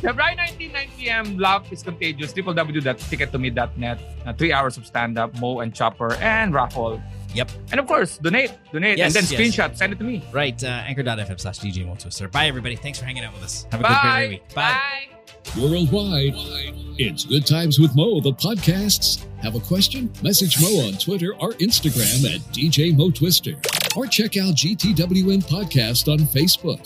C: February 19, 9 p.m. Love is Contagious. www.tickettome.net. Uh, three hours of stand-up. Mo and Chopper and Raffle.
A: Yep.
C: And of course, donate. Donate.
A: Yes,
C: and then
A: yes.
C: screenshot. Send it to me.
A: Right, uh, anchor.fm slash DJ Mo Twister. Bye, everybody. Thanks for hanging out with us. Have a good
C: Bye.
A: great week.
B: bye.
E: Worldwide, it's Good Times with Mo, the podcasts. Have a question? Message Mo on Twitter or Instagram at DJ Mo Twister. Or check out GTWN Podcast on Facebook.